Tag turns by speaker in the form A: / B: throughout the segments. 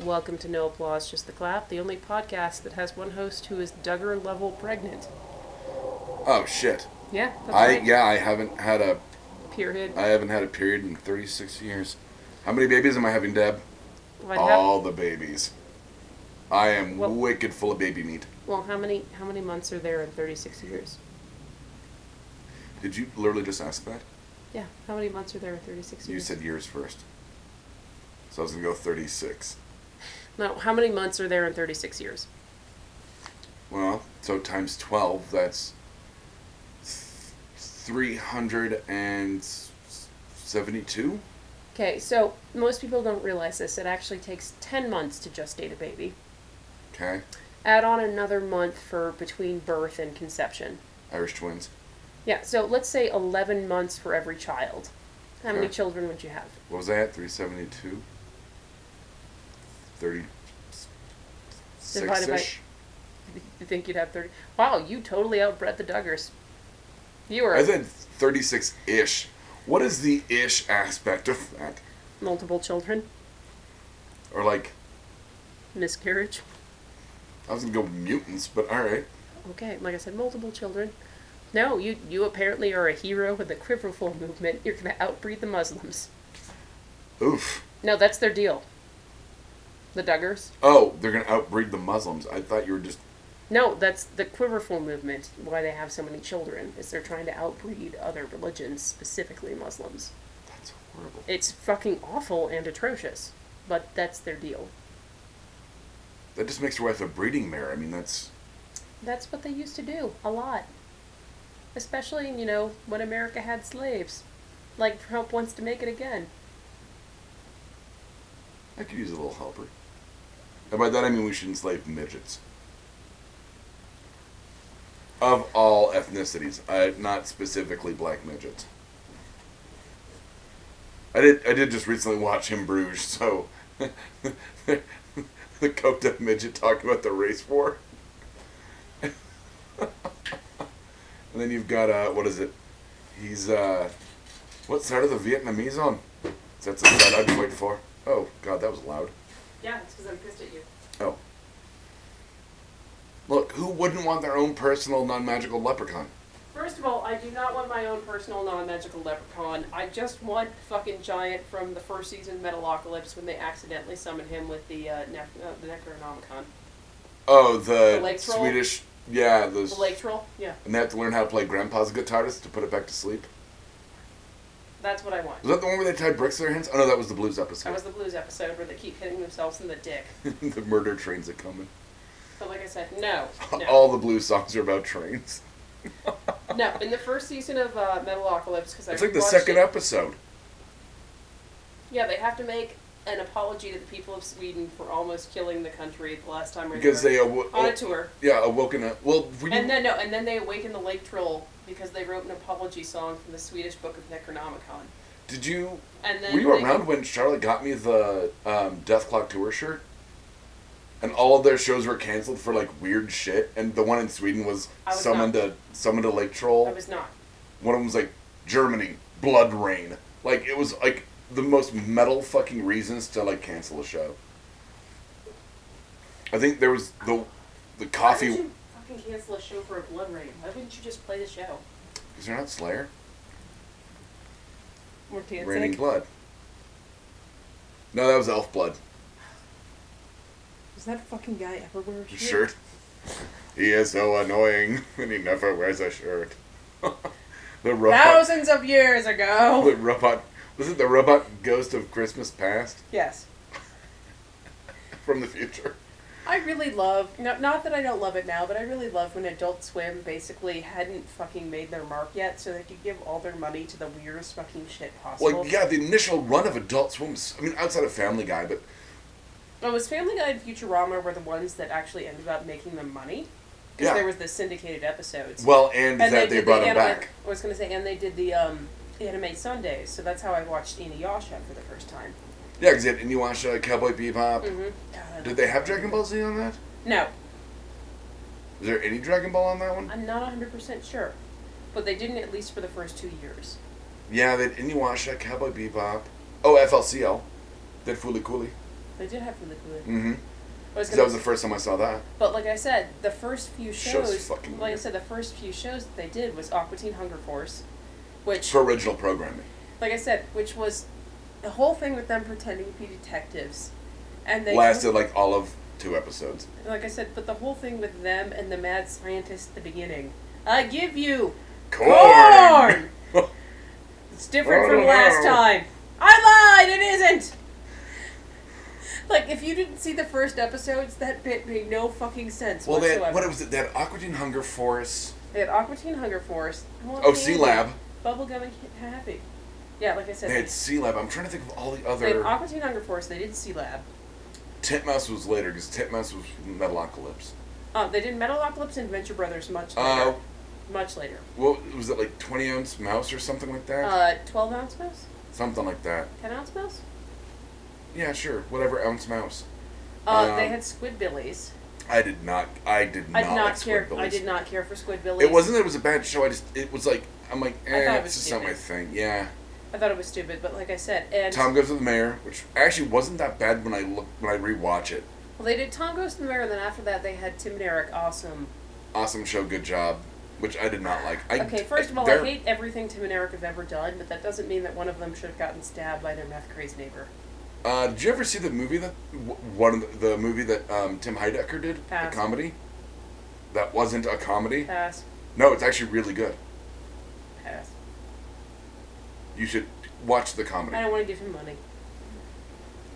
A: Welcome to No Applause, Just the Clap, the only podcast that has one host who is Duggar level pregnant.
B: Oh shit!
A: Yeah, that's
B: I
A: right.
B: yeah, I haven't had a
A: Period.
B: I haven't had a period in 36 years. How many babies am I having, Deb?
A: What hap-
B: All the babies. I am
A: Well-
B: wicked full of baby meat.
A: well, how many how many months are there in 36 years?
B: Did you literally just ask that?
A: Yeah, how many months are there in 36
B: You
A: years?
B: said years first. So I was gonna go 36.
A: no, how many months are there in 36 years?
B: Well, so times 12, that's th- 372.
A: Okay, so most people don't realize this. It actually takes 10 months to just date a baby.
B: Okay,
A: Add on another month for between birth and conception.
B: Irish twins.
A: Yeah, so let's say 11 months for every child. How many
B: Sure.
A: children would you have?
B: What was that? 372? 30.
A: Divided by-
B: Six-ish?
A: You think you'd have 30? Wow, you totally outbred the Duggars. You
B: I
A: are
B: said 36 ish. What is the ish aspect of that?
A: multiple children,
B: Or like,
A: miscarriage.
B: I was gonna go mutants, but alright.
A: Okay, like I said, multiple children. No, you you apparently are a hero in the quiverful movement. You're going to outbreed the Muslims.
B: Oof.
A: No, that's their deal. The Duggars.
B: Oh, they're gonna outbreed the Muslims. I thought you were just.
A: No, that's the quiverful movement. Why they have so many children is they're trying to outbreed other religions, specifically Muslims.
B: That's horrible.
A: It's fucking awful and atrocious, but that's their deal.
B: That just makes your wife a breeding mare. I mean, that's.
A: That's what they used to do a lot. Especially, you know, when America had slaves. Like Trump wants to make it again.
B: I could use a little helper. And by that I mean we should enslave midgets. Of all ethnicities, uh, not specifically black midgets. I did. I did just recently watch him Bruges, so the coked up midget talking about the race war. and then you've got uh, what is it? He's uh, what side of the Vietnamese on? That's the side I'd wait for. Oh God, that was loud.
A: Yeah, it's because I'm pissed at you.
B: Oh. Look, who wouldn't want their own personal non-magical leprechaun?
A: First of all, I do not want my own personal non-magical leprechaun. I just want fucking giant from the first season Metalocalypse when they accidentally summon him with the uh, nef- uh, the Necronomicon,
B: Oh, the,
A: The lake troll?
B: Swedish. Yeah,
A: the
B: those.
A: lake troll. Yeah,
B: And they have to learn how to play grandpa's guitarist to put it back to sleep.
A: that's what I want.
B: Was that the one where they tied bricks to their hands? Oh no, that was the blues
A: That
B: episode.
A: was the blues episode where they keep hitting themselves in the dick.
B: the murder trains are coming.
A: But like I said, no, no.
B: All the blues songs are about trains.
A: No, in the first season of uh, Metalocalypse, because I
B: It's like the
A: watched
B: second
A: it,
B: episode.
A: Yeah, they have to make an apology to the people of Sweden for almost killing the country the last time. we were
B: Because
A: there.
B: they awo- oh,
A: on a tour,
B: yeah awoken up. Well, we
A: and then no, and then they awaken the lake troll because they wrote an apology song from the Swedish book of Necronomicon.
B: did you
A: And then
B: Were you
A: they-
B: around when Charlotte got me the um, Death Clock Tour shirt? And all of their shows were canceled for like weird shit. And the one in Sweden was,
A: I was
B: summoned
A: not.
B: to summoned to Lake
A: I
B: Troll.
A: was not.
B: One of them was like Germany Blood Rain. Like it was like the most metal fucking reasons to like cancel a show. I think there was the the
A: Why would
B: coffee.
A: you fucking cancel a show for a blood rain? Why wouldn't you just play the show?
B: Is there not Slayer?
A: More dancing.
B: Raining Blood. No, that was Elf Blood.
A: Does that fucking guy ever wear a
B: shirt. He is so annoying, and he never wears a shirt. the robot.
A: Thousands of years ago.
B: The robot. Was it the robot ghost of Christmas past
A: yes.
B: from the future?
A: I really love no, not that I don't love it now, but I really love when Adult Swim basically hadn't fucking made their mark yet, so they could give all their money to the weirdest fucking shit possible.
B: Well, yeah, the initial run of Adult Swim. Was, I mean, outside of Family Guy, but
A: Well, was Family Guy and Futurama were the ones that actually ended up making them money because
B: Yeah.
A: there was the syndicated episodes.
B: well, and, that
A: did
B: they
A: the
B: brought him
A: anime-
B: back.
A: I was gonna say, and they did the um, anime Sundays, so that's how I watched Inuyasha for the first time.
B: Yeah, because they had Inuyasha, Cowboy Bebop.
A: Mm-hmm. God,
B: Did they have Dragon Ball Z on that?
A: No,
B: Is there any Dragon Ball on that one?
A: I'm not hundred percent sure, but they didn't at least for the first two years.
B: Yeah, they had Inuyasha, Cowboy Bebop. Oh, FLCL. They had Fooly Cooly.
A: They did have really good.
B: Mm-hmm.
A: I was
B: That was
A: gonna-
B: the first time I saw that.
A: but like I said, the first few
B: Show's
A: shows, like
B: fucking
A: I
B: weird.
A: said, the first few shows that they did was Aqua Teen Hunger Force, which,
B: For original programming.
A: like I said, which was the whole thing with them pretending to be detectives, and they
B: Lasted like all of two episodes.
A: like I said, but the whole thing with them and the mad scientist at the beginning. I give you Corn! It's different
B: Oh,
A: from last
B: no.
A: time. I lied. It isn't. Like if you didn't see the first episodes, that bit made no fucking sense
B: well, they
A: whatsoever.
B: had, what was it? They had Aqua Teen Hunger Force,
A: They had Aqua Teen Hunger Force. Hawaiian
B: oh, C
A: Candy,
B: Lab.
A: Bubblegum and Kit Happy. Yeah, like I said,
B: They had C Lab. I'm trying to think of all the
A: they had
B: other.
A: Aqua Teen Hunger Force. They did Sea Lab.
B: Titmouse was later because Titmouse was Metalocalypse.
A: Um, they did Metalocalypse and Venture Brothers much later.
B: Uh,
A: much later.
B: what was it like? 20 ounce mouse or something like that?
A: Uh, twelve ounce mouse,
B: something like that.
A: ten ounce mouse.
B: Yeah, sure. Whatever ounce mouse.
A: Uh,
B: Um,
A: they had Squidbillies.
B: I did not. I did not.
A: I did not
B: like
A: care. I
B: Squidbillies.
A: did not care for Squidbillies.
B: It wasn't that it was a bad show. I just it was like I'm like
A: I thought
B: eh,
A: it was
B: it's just not my thing. Yeah.
A: I thought it was stupid, but like I said, and
B: Tom goes to the mayor, which actually wasn't that bad when I look when I rewatch it.
A: well, they did Tom Goes to the Mayor, and then after that they had Tim and Eric. Awesome.
B: Awesome show, good job, which I did not like. I,
A: okay, first of all, I
B: they're-
A: hate everything Tim and Eric have ever done, but that doesn't mean that one of them should have gotten stabbed by their meth crazed neighbor.
B: Uh, did you ever see the movie that w- one of the, the movie that um, Tim Heidecker did,
A: Pass.
B: the comedy? That wasn't a comedy.
A: Pass,
B: No, it's actually really good.
A: pass.
B: You should watch the
A: I
B: comedy.
A: don't want to give him money.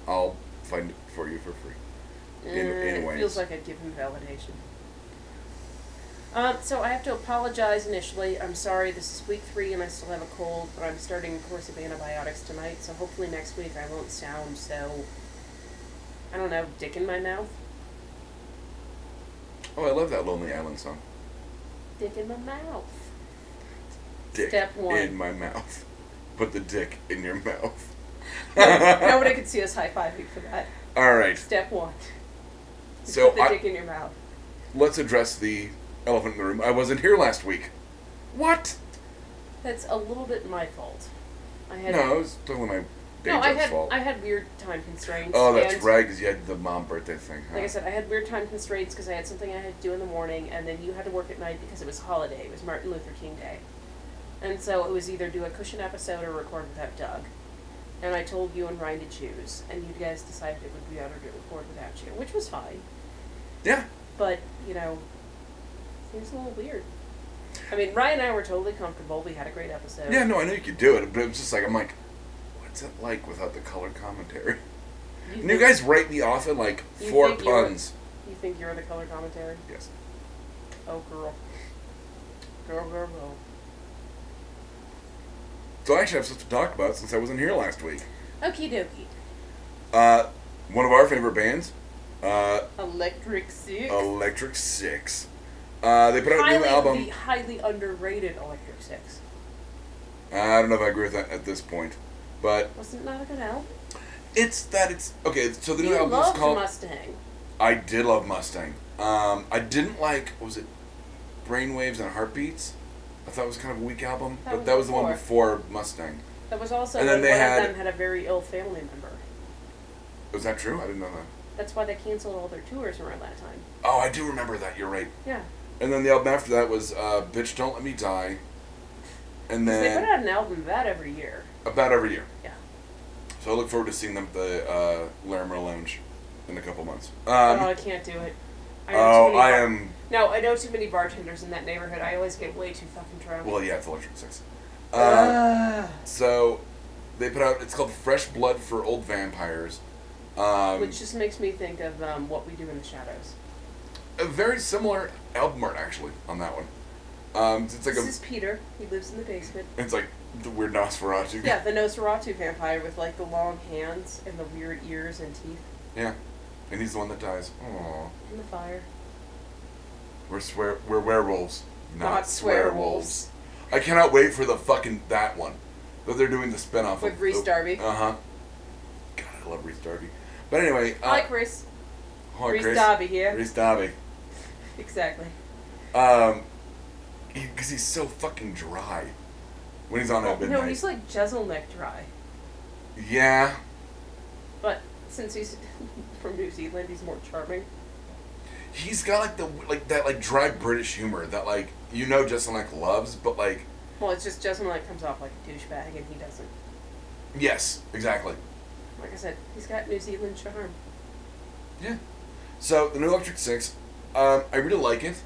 B: I'll find it for you for free. In-
A: Uh,
B: anyways.
A: It feels like I'd give him validation. Um, so I have to apologize initially. I'm sorry. This is week three, and I still have a cold, but I'm starting a course of antibiotics tonight. So hopefully next week I won't sound so. I don't know, dick in my mouth.
B: Oh, I love that Lonely Island song.
A: Dick in my mouth.
B: Dick
A: Step one.
B: in my mouth. Put the dick in your mouth.
A: Nobody could see us high fiving for that.
B: All right.
A: Step one.
B: So
A: put the
B: I-
A: dick in your mouth.
B: Let's address the elephant in the room. I wasn't here last week. What?
A: That's a little bit my fault. I had
B: No, it was totally my day
A: No, I
B: job's
A: had
B: fault.
A: I had weird time constraints.
B: oh, that's
A: and-
B: right, because you had the mom birthday thing. Huh?
A: Like I said, I had weird time constraints because I had something I had to do in the morning, and then you had to work at night because it was holiday. It was Martin Luther King Day, and so it was either do a cushion episode or record without Doug. And I told you and Ryan to choose, and you guys decided it would be better to record without you, which was fine.
B: yeah.
A: But you know, seems a little weird. I mean, Ryan and I were totally comfortable. We had a great episode.
B: Yeah, no, I know you could do it, but it was just like I'm like, what's it like without the color commentary? And you
A: think-
B: guys write me off in like
A: You
B: four
A: think you were-
B: puns.
A: You think you're the color commentary?
B: Yes.
A: Oh, girl. Girl, girl, girl.
B: So I actually have stuff to talk about since I wasn't here last week.
A: Okie dokie.
B: Uh, one of our favorite bands, uh,
A: Electric Six.
B: Electric Six. Uh, they put out a new
A: highly,
B: album.
A: The highly underrated Electric Six.
B: I don't know if I agree with that at this point, but
A: Wasn't that a good album?
B: it's that it's okay. So the new
A: you
B: album
A: loved
B: is called.
A: Mustang.
B: I did love Mustang. Um, I didn't like what was it, Brainwaves and Heartbeats. I thought it was kind of a weak album,
A: That
B: but
A: was
B: that was the one
A: before.
B: before Mustang.
A: That was also
B: And then
A: when
B: they
A: one
B: had-
A: of them had a very ill family member.
B: Was that true? I didn't know that.
A: That's why they canceled all their tours around that time.
B: Oh, I do remember that. You're right.
A: Yeah.
B: And then the album after that was uh, "Bitch Don't Let Me Die," and
A: 'Cause they put
B: then
A: out an album that every year.
B: about every year.
A: Yeah.
B: So I look forward to seeing them at the uh, Larimer Lounge in a couple months.
A: oh, I
B: Um,
A: can't do it. I know too
B: oh,
A: many
B: I
A: bar-
B: am.
A: No, I know too many bartenders in that neighborhood. I always get way too fucking drunk.
B: Well, yeah, it's Electric Six. Uh,
A: Ugh.
B: So they put out. It's called "Fresh Blood for Old Vampires." Um,
A: Which just makes me think of um, what we do in the shadows.
B: a very similar album art actually on that one. Um, it's like
A: this
B: a,
A: is Peter. He lives in the basement.
B: it's like the weird Nosferatu.
A: Yeah, the Nosferatu vampire with like the long hands and the weird ears and teeth
B: Yeah, and he's the one that dies. Aww.
A: and the fire.
B: We're swear we're werewolves, not,
A: Not
B: swearwolves.
A: swearwolves.
B: I cannot wait for the fucking that one that they're doing the spinoff
A: With Reese Darby.
B: Uh huh. God, I love Reese Darby. But anyway, uh,
A: Hi, Chris.
B: hi,
A: Reese
B: Chris.
A: Darby here.
B: Reese Darby.
A: Exactly.
B: Um, because he's so fucking dry when he's on
A: Well,
B: open
A: no,
B: night.
A: he's like Jezelnik dry.
B: yeah,
A: But since he's from New Zealand, he's more charming.
B: He's got like the like that like dry British humor that like you know Justin like loves, but like
A: Well, it's just Justin like comes off like a douchebag, and he doesn't.
B: yes, exactly.
A: Like I said, he's got New Zealand charm.
B: Yeah. So the new Electric Six, um, I really like it,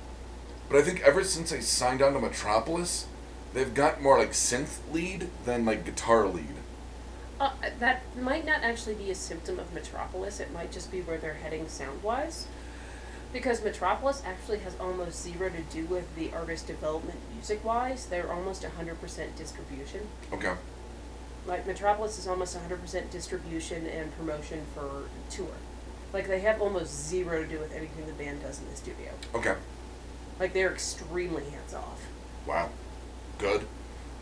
B: but I think ever since I signed on to Metropolis, they've got more like synth lead than like guitar lead.
A: Uh, that might not actually be a symptom of Metropolis. It might just be where they're heading sound wise. Because Metropolis actually has almost zero to do with the artist development music wise. They're almost 100% distribution.
B: Okay.
A: Like, Metropolis is almost 100% distribution and promotion for tour. Like, they have almost zero to do with anything the band does in the studio.
B: Okay.
A: Like, they're extremely hands off.
B: Wow. Good.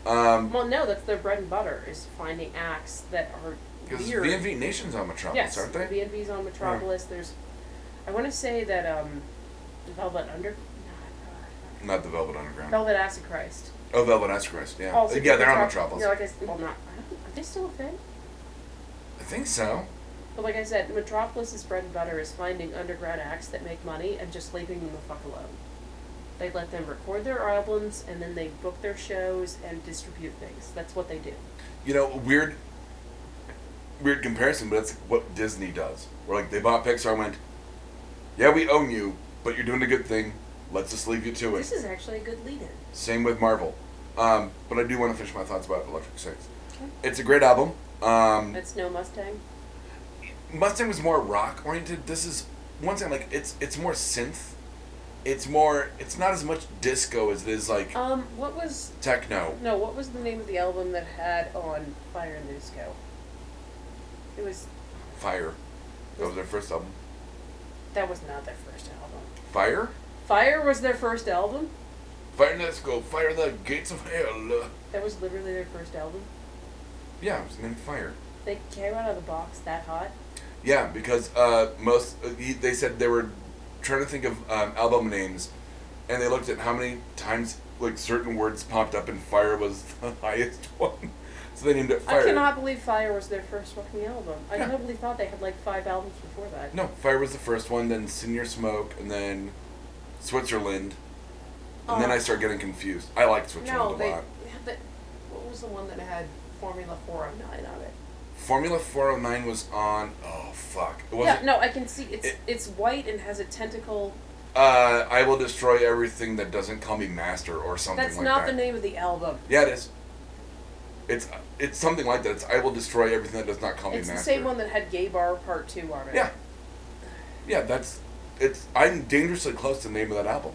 B: Um,
A: Well, no, that's their bread and butter, is finding acts that are
B: because
A: weird.
B: VNV Nation's on Metropolis,
A: Yes,
B: aren't they?
A: BNB's on Metropolis. There's, I want to say that um, Velvet Under, not
B: Not the Velvet Underground.
A: Velvet, Velvet Oh, Acid Christ.
B: Oh, Velvet Antichrist, yeah.
A: Also
B: yeah, they're on
A: Metrop-
B: Metropolis.
A: Yeah, like I, s- well, not I don't- are they still a thing?
B: I think so.
A: But like I said, Metropolis's bread and butter is finding underground acts that make money and just leaving them the fuck alone. They let them record their albums and then they book their shows and distribute things. That's what they do.
B: You know, weird weird comparison, but that's what Disney does. Where like they bought Pixar and went, Yeah, we own you, but you're doing a good thing. Let's just leave you to
A: This
B: it.
A: is actually a good lead-in.
B: Same with Marvel. Um, but I do want to finish my thoughts about Electric Six.
A: Okay.
B: It's a great album. Um,
A: That's no Mustang.
B: Mustang was more rock oriented. This is one thing like it's it's more synth. It's more it's not as much disco as it is like
A: Um, what was
B: techno.
A: No, what was the name of the album that had on Fire and Disco? It was
B: Fire. That was their first album.
A: that was not their first album.
B: Fire?
A: Fire was their first album.
B: Fire let's go, fire the gates of hell.
A: That was literally their first album.
B: Yeah, it was named Fire.
A: They came out of the box that hot.
B: Yeah, because uh, most uh, he- they said they were trying to think of um, album names, and they looked at how many times like certain words popped up, and Fire was the highest one. So they named it Fire.
A: I cannot believe Fire was their first fucking album. I
B: Yeah.
A: totally thought they had like five albums before that.
B: No, Fire was the first one, then Senior Smoke, and then Switzerland, and then
A: Oh.
B: I started getting confused. I like Switzerland
A: no,
B: a
A: they
B: lot.
A: had the, what was the one that had Formula 409 on it?
B: Formula 409 was on. Oh fuck! It
A: yeah,
B: wasn't.
A: no, I can see it's
B: it-
A: it's white and has a tentacle.
B: Uh, I will destroy everything that doesn't call me master or something
A: That's
B: like
A: not
B: that.
A: the name of the album.
B: Yeah, it is. It's it's something like that. It's I will destroy everything that does not call
A: It's
B: me
A: the
B: master.
A: same one that had Gay Bar Part Two on it.
B: Yeah. Yeah, that's it's. I'm dangerously close to the name of that album.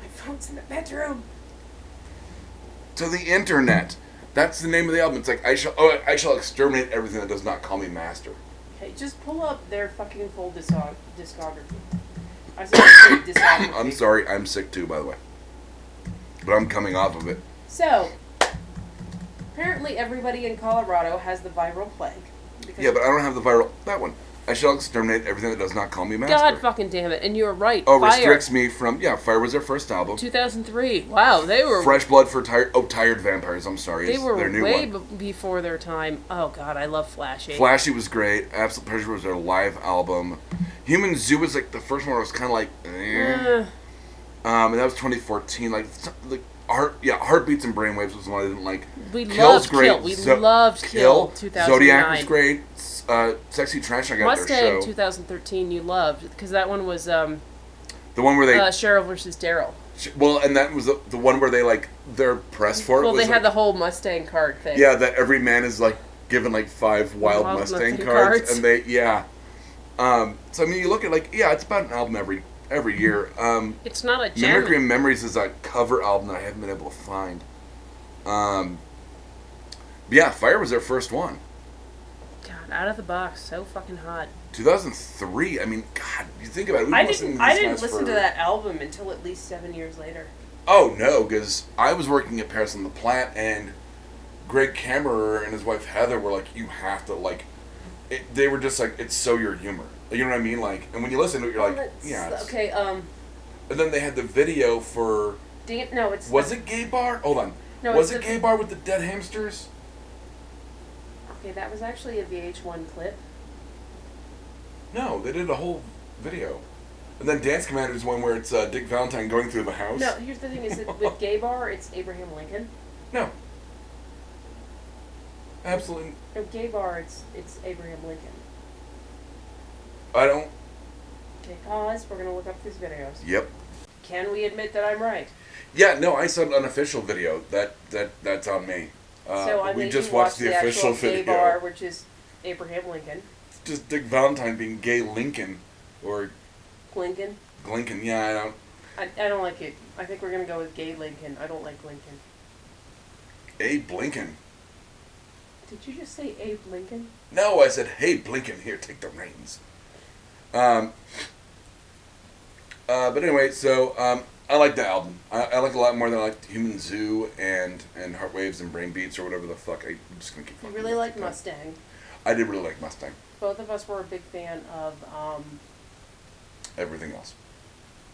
A: My phone's in the bedroom.
B: To the internet. That's the name of the album. It's like I shall oh I shall exterminate everything that does not call me master.
A: Okay, just pull up their fucking full discog- discography. I was gonna say discography.
B: I'm sorry, I'm sick too, by the way. But I'm coming off of it.
A: So, apparently everybody in Colorado has the viral plague. Because
B: Yeah, but I don't have the viral that one. I shall exterminate everything that does not call me master.
A: God fucking damn it! And you were right.
B: oh,
A: Fire.
B: restricts me from yeah. Fire was their first album.
A: 2003. Wow, they were
B: Fresh blood for tired. Oh, tired vampires. I'm sorry.
A: they
B: it's
A: were
B: their new
A: way
B: one.
A: b- before their time. Oh God, I love Flashy.
B: Flashy was great. Absolute Pleasure was their live album. Human Zoo was like the first one. Where I was kind of like, eh.
A: Eh,
B: um, and that was 2014. Like, so- like heart, yeah, heartbeats and brainwaves was one I didn't like.
A: we
B: Kill's
A: loved
B: great.
A: Kill. We
B: Zo-
A: loved Kill. 2009.
B: Zodiac was great. S- Uh, Sexy Trash. I got at their
A: Mustang
B: show.
A: 2013 you loved because that one was um,
B: The one where they
A: uh, Cheryl versus Daryl.
B: sh- well, and that was the, the one where they like their press for it.
A: Well,
B: was,
A: they had the
B: like-
A: whole Mustang card thing.
B: yeah that every man is like given like five wild,
A: Wild
B: Mustang,
A: Mustang
B: cards,
A: cards.
B: and they yeah. Um, so I mean, you look at like yeah, it's about an album every every year. Um,
A: It's not a jam.
B: Mimicry and Memories is a cover album that I haven't been able to find. Um, but yeah, Fire was their first one.
A: God, out of the box, so fucking hot.
B: 2003. I mean, God, you think about it. we've
A: I
B: been listening
A: didn't.
B: these
A: I didn't
B: guys
A: listen
B: for-
A: to that album until at least seven years later.
B: Oh no, because I was working at Paris on the Platte, and Greg Kammerer and his wife Heather were like, "You have to like." It, they were just like, "It's so your humor." Like, you know what I mean? Like, and when you listen to it, you're like, "Yeah." it's-
A: Oh, Okay. Um.
B: And then they had the video for
A: Dan- no, it's
B: was it Gay Bar? Hold on.
A: No,
B: was
A: it's
B: it
A: the-
B: Gay Bar with the Dead Hamsters?
A: okay. That was actually a VH1 clip.
B: No, they did a whole video. And then Dance Commander is one where it's uh, Dick Valentine going through the house.
A: No, here's the thing: is that with Gay Bar, it's Abraham Lincoln.
B: No. Absolutely.
A: With Gay Bar, it's it's Abraham Lincoln.
B: I don't.
A: Okay, pause. We're gonna look up these videos.
B: Yep.
A: Can we admit that I'm right?
B: Yeah, no, I saw an unofficial video. That that that's on me. Uh,
A: so I
B: we
A: made
B: just
A: you
B: watched
A: watch
B: the official
A: actual
B: video.
A: Gay Bar, which is Abraham Lincoln.
B: Just Dick Valentine being gay Lincoln or
A: Lincoln.
B: Lincoln. Yeah, I don't.
A: I, I don't like it. I think we're gonna go with Gay Lincoln. I don't like Lincoln.
B: Abe Lincoln.
A: Did you just say Abe Lincoln?
B: No, I said, hey, Blinken, here, take the reins. Um, uh, but anyway, so um, I like the album. I, I like it a lot more than I liked Human Zoo and and Heartwaves and Brain Beats or whatever the fuck. I, am just gonna keep.
A: You
B: fucking
A: really
B: with
A: like
B: it.
A: Mustang.
B: I did really like Mustang.
A: Both of us were a big fan of. Um,
B: Everything else,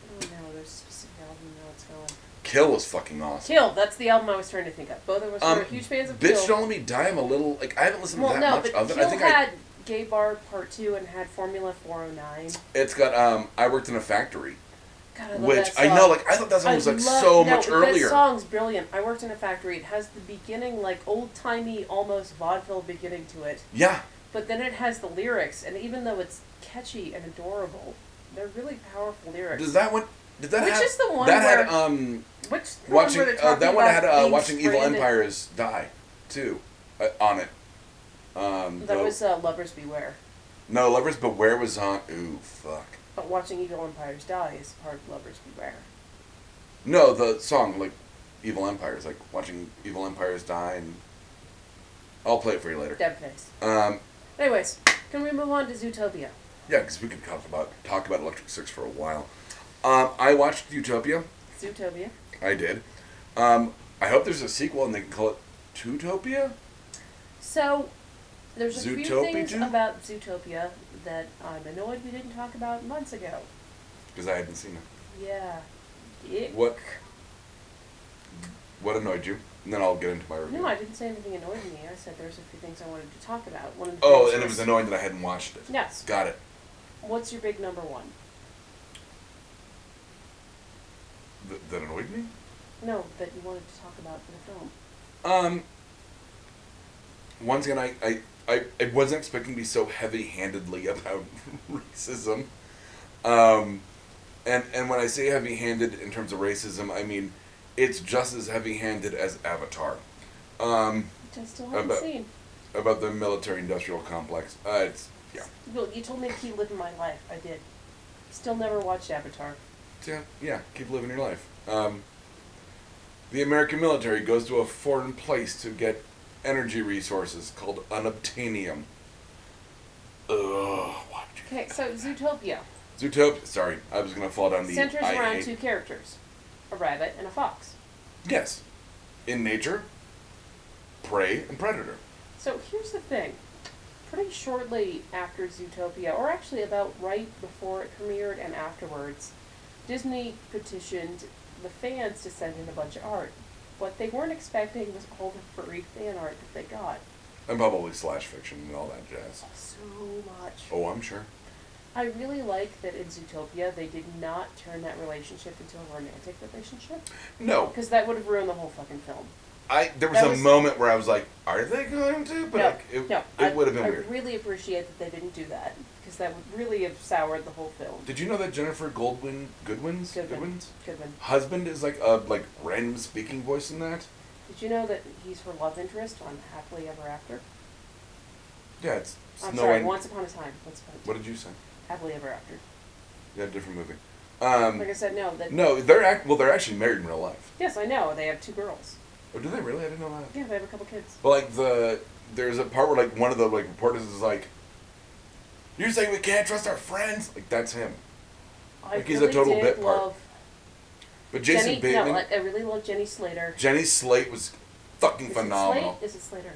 A: oh no, there's a specific album now. It's going.
B: Kill was fucking awesome.
A: Kill. That's the album I was trying to think of. Both of us
B: Um,
A: were huge fans of
B: Bitch,
A: Kill.
B: don't let me die. I'm a little like I haven't listened
A: well,
B: to that
A: no,
B: much
A: but
B: of it.
A: Kill
B: I think
A: had Gay Bar Part Two and had Formula 409.
B: I it's got um I worked in a factory,
A: God, I love
B: which
A: that
B: I
A: song.
B: know like I thought that song
A: I
B: was like
A: love-
B: so
A: no,
B: much
A: that
B: earlier.
A: song's brilliant. I worked in a factory. It has the beginning like old timey, almost vaudeville beginning to it,
B: Yeah,
A: but then it has the lyrics, and even though it's catchy and adorable, they're really powerful lyrics.
B: does that one? Did that
A: Which
B: have,
A: is the one
B: that
A: where-
B: had um
A: Which the one
B: watching
A: where they're
B: uh,
A: talking
B: that one
A: about
B: had uh,
A: being
B: watching evil
A: stranded-
B: empires die too uh, on it um
A: That
B: the-
A: was uh, Lovers Beware.
B: no lovers beware was on ooh fuck
A: But watching evil empires die is part of Lovers Beware.
B: no the song like evil empires like watching evil empires die and i'll play it for you later
A: Dead face.
B: um
A: Anyways, can we move on to Zootopia?
B: yeah because we can talk about talk about electric six for a while um i watched utopia
A: Zootopia.
B: i did um i hope there's a sequel and they can call it Tutopia?
A: So, there's a few
B: Zootopia?
A: things about Zootopia that I'm annoyed we didn't talk about months ago.
B: because i haven't seen it
A: Yeah. It,
B: what what annoyed you and then i'll get into my review
A: No, I didn't say anything annoyed me. I said there's a few things I wanted to talk about. One of the
B: Oh,
A: things
B: and it was annoying that I hadn't watched it.
A: Yes.
B: Got it.
A: What's your big number one?
B: Th- that annoyed me.
A: No, that you wanted to talk about for the film.
B: Um. Once again, I I, I, I wasn't expecting to be so heavy-handedly about racism. Um, and and when I say heavy-handed in terms of racism, I mean it's just as heavy-handed as Avatar. Um,
A: Which I still haven't
B: About-
A: seen.
B: about the military-industrial complex. Uh, it's yeah,
A: Well, you told me to keep living my life. I did. Still never watched Avatar.
B: yeah, yeah. Keep living your life. Um, the American military goes to a foreign place to get energy resources called unobtainium. Ugh, why would you?
A: Okay, so Zootopia
B: Zootopia. Sorry, I was gonna fall down the.
A: centers
B: I
A: around
B: hate-
A: two characters, a rabbit and a fox.
B: Yes, in nature, prey and predator.
A: So here's the thing. Pretty shortly after Zootopia, or actually about right before it premiered and afterwards, Disney petitioned the fans to send in a bunch of art. What they weren't expecting was all the furry fan art that they got.
B: And probably slash fiction and all that jazz.
A: So much.
B: Oh, I'm sure.
A: I really like that in Zootopia they did not turn that relationship into a romantic relationship
B: No,
A: because that would have ruined the whole fucking film.
B: I there was
A: That
B: a
A: was-
B: moment where I was like, "Are they going to?" But
A: no,
B: like, it,
A: no, I-
B: it would have been
A: I
B: weird.
A: really appreciate that they didn't do that because that would really have soured the whole film.
B: Did you know that Jennifer Goldwyn Goodwin's
A: Goodwin.
B: Goodwin's
A: Goodman.
B: husband is like a like Ren speaking voice in that?
A: Did you know that he's her love interest on Happily Ever After?
B: Yeah, it's
A: I'm
B: Snow
A: sorry,
B: and
A: Once Upon a Time. Once upon a
B: what did you say?
A: Happily Ever After.
B: Yeah, different movie. Um,
A: Like I said, no, that.
B: no, they're act well, they're actually married in real life.
A: Yes, I know. They have two girls.
B: Oh, do they really? I didn't know that.
A: Yeah, they have a couple kids.
B: But like the there's a part where like one of the like reporters is like, "You're saying we can't trust our friends?" Like that's him.
A: I
B: Like, he's a
A: really
B: total
A: did
B: bit part.
A: love
B: But Jason
A: Jenny,
B: Bateman,
A: No, I, I really love Jenny Slater.
B: Jenny Slate was fucking
A: Is it
B: phenomenal.
A: Slate? Is it Slater?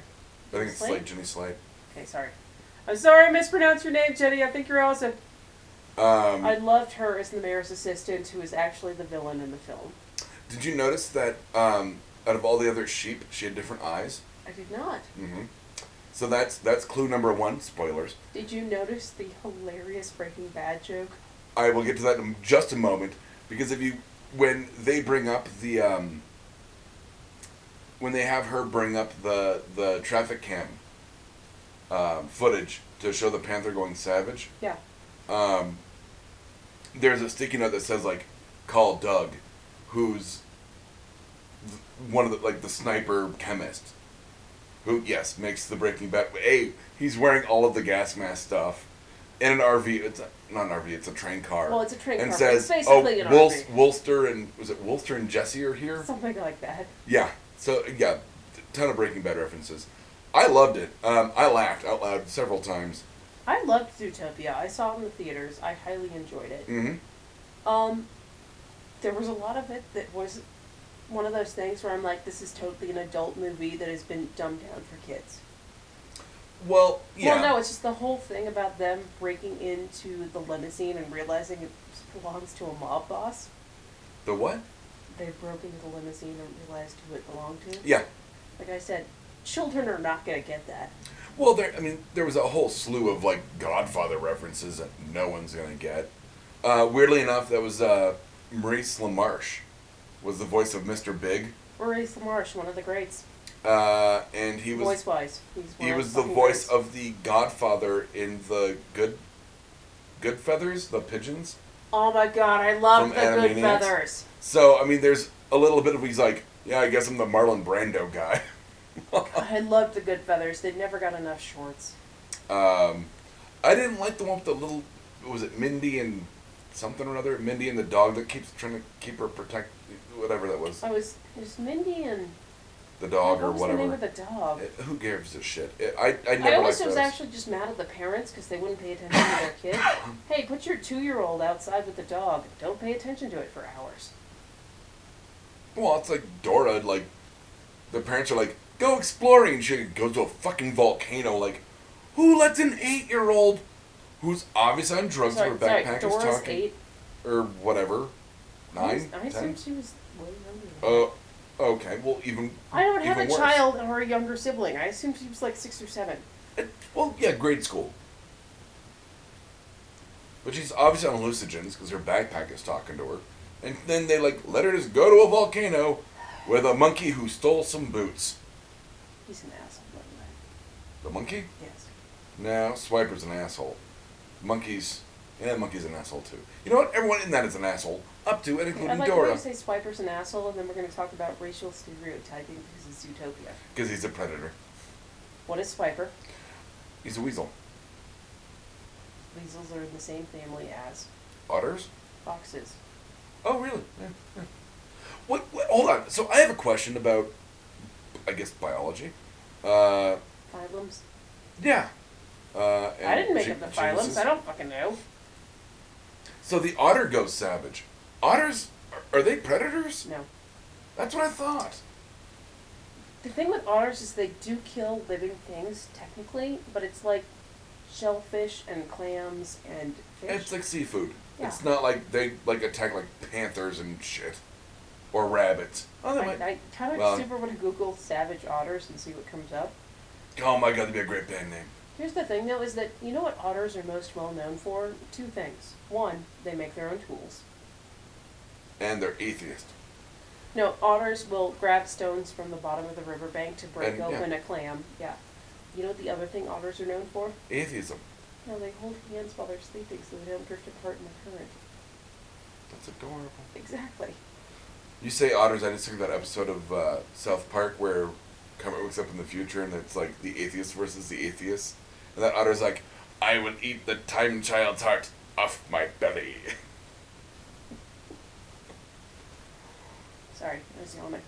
B: I think it's
A: Slate?
B: Slate, Jenny Slate.
A: Okay, sorry. I'm sorry I mispronounced your name, Jenny. I think you're awesome.
B: Um,
A: I loved her as the mayor's assistant, who is actually the villain in the film.
B: Did you notice that um, out of all the other sheep, she had different eyes?
A: I did not.
B: Mm-hmm. So that's that's clue number one. Spoilers.
A: Did you notice the hilarious Breaking Bad joke?
B: I will get to that in just a moment because if you when they bring up the um, when they have her bring up the the traffic cam um, footage to show the panther going savage,
A: Yeah.
B: um, there's a sticky note that says like call Doug, who's th- one of the like the sniper chemist, who yes makes the Breaking Bad. A he's wearing all of the gas mask stuff. In an RV, it's a, not an RV, it's a train car.
A: Well, it's a train
B: and
A: car, but
B: says,
A: it's basically
B: "Oh,
A: an
B: Wol-
A: RV."
B: Wolster and was it Wolster and Jesse are here?"
A: Something like that.
B: Yeah. So yeah, t- ton of Breaking Bad references. I loved it. Um, I laughed out loud several times.
A: I loved Zootopia. I saw it in the theaters. I highly enjoyed it.
B: hmm
A: Um, there was a lot of it that was one of those things where I'm like, this is totally an adult movie that has been dumbed down for kids.
B: Well, yeah.
A: Well, no, it's just the whole thing about them breaking into the limousine and realizing it belongs to a mob boss.
B: the what?
A: They broke into the limousine and realized who it belonged to.
B: Yeah.
A: Like I said, children are not going to get that.
B: Well, there. I mean, there was a whole slew of like Godfather references that no one's gonna get. Uh, weirdly enough, that was uh, Maurice LaMarche, was the voice of Mr. Big,
A: Maurice LaMarche, one of the greats.
B: uh, and he was
A: voice wise. He's one
B: he
A: of
B: was the
A: fucking
B: voice
A: greats.
B: of the Godfather in the Good, Good Feathers, the pigeons.
A: Oh my god, I love
B: From
A: the good
B: Animaniacs.
A: feathers.
B: So I mean, there's a little bit of he's like, yeah, I guess I'm the Marlon Brando guy.
A: I love the good feathers. They never got enough shorts.
B: um, I didn't like the one with the little, was it Mindy and something or other? Mindy and the dog that keeps trying to keep her protect, whatever that was,
A: I was it was Mindy and
B: the dog
A: what
B: or
A: was the name
B: whatever.
A: of the dog?
B: Uh, Who gives a shit? I I, I
A: I
B: never liked
A: almost
B: those.
A: was actually just mad at the parents because they wouldn't pay attention to their kid. hey, put your two-year-old outside with the dog. Don't pay attention to it for hours.
B: well, it's like Dora. Like the parents are like, go exploring, and she goes to a fucking volcano. Like, who lets an eight-year-old, who's obviously on drugs,
A: sorry,
B: her
A: sorry,
B: backpack
A: Dora's
B: is talking.
A: eight.
B: or whatever,
A: I
B: nine,
A: was- I
B: ten.
A: assumed she was way younger. than that.
B: Uh, okay. Well, even
A: I don't have
B: even
A: a
B: worse.
A: child or a younger sibling. I assumed she was like six or seven.
B: It- well, yeah, grade school. But she's obviously on hallucinogens because her backpack is talking to her, and then they like let her just go to a volcano with a monkey who stole some boots.
A: He's an asshole, by the
B: The monkey?
A: way. Yes.
B: No, Swiper's an asshole. Monkeys. Yeah, monkey's an asshole too. You know what? Everyone in that is an asshole, up to
A: Okay, I
B: and including
A: like when
B: Dora,
A: you say Swiper's an asshole, and then we're going to talk about racial stereotyping because it's Zootopia.
B: because he's a predator.
A: What is Swiper?
B: He's a weasel.
A: Weasels are in the same family as
B: Otters.
A: foxes.
B: Oh, really? Yeah, yeah. What, what? Hold on. So I have a question about, I guess, biology. Uh,
A: Phylums.
B: yeah. Uh,
A: I
B: and
A: didn't make
B: ge-
A: up the
B: genuses.
A: phylums. I don't fucking know.
B: So the otter goes savage. Otters are, are they predators?
A: No.
B: That's what I thought.
A: The thing with otters is they do kill living things technically, but it's like shellfish and clams and fish.
B: It's like seafood.
A: Yeah.
B: It's not like they like attack like panthers and shit, or rabbits. Oh, they
A: I,
B: might-
A: I kind of
B: well-
A: super want to Google savage otters and see what comes up.
B: oh my god, that'd be a great band name.
A: Here's the thing though, is that you know what otters are most well known for? Two things. One, they make their own tools.
B: And they're atheist.
A: No, otters will grab stones from the bottom of the riverbank to break
B: And- yeah.
A: open a clam. Yeah. You know what the other thing otters are known for?
B: Atheism.
A: No, they hold hands while they're sleeping so they don't drift apart in the current.
B: That's adorable.
A: Exactly.
B: You say otters, I just think of that episode of uh, South Park where Kermit wakes up in the future and it's like the atheist versus the atheist. And that otter's like, I will eat the time child's heart off my belly.
A: Sorry, I was yawning.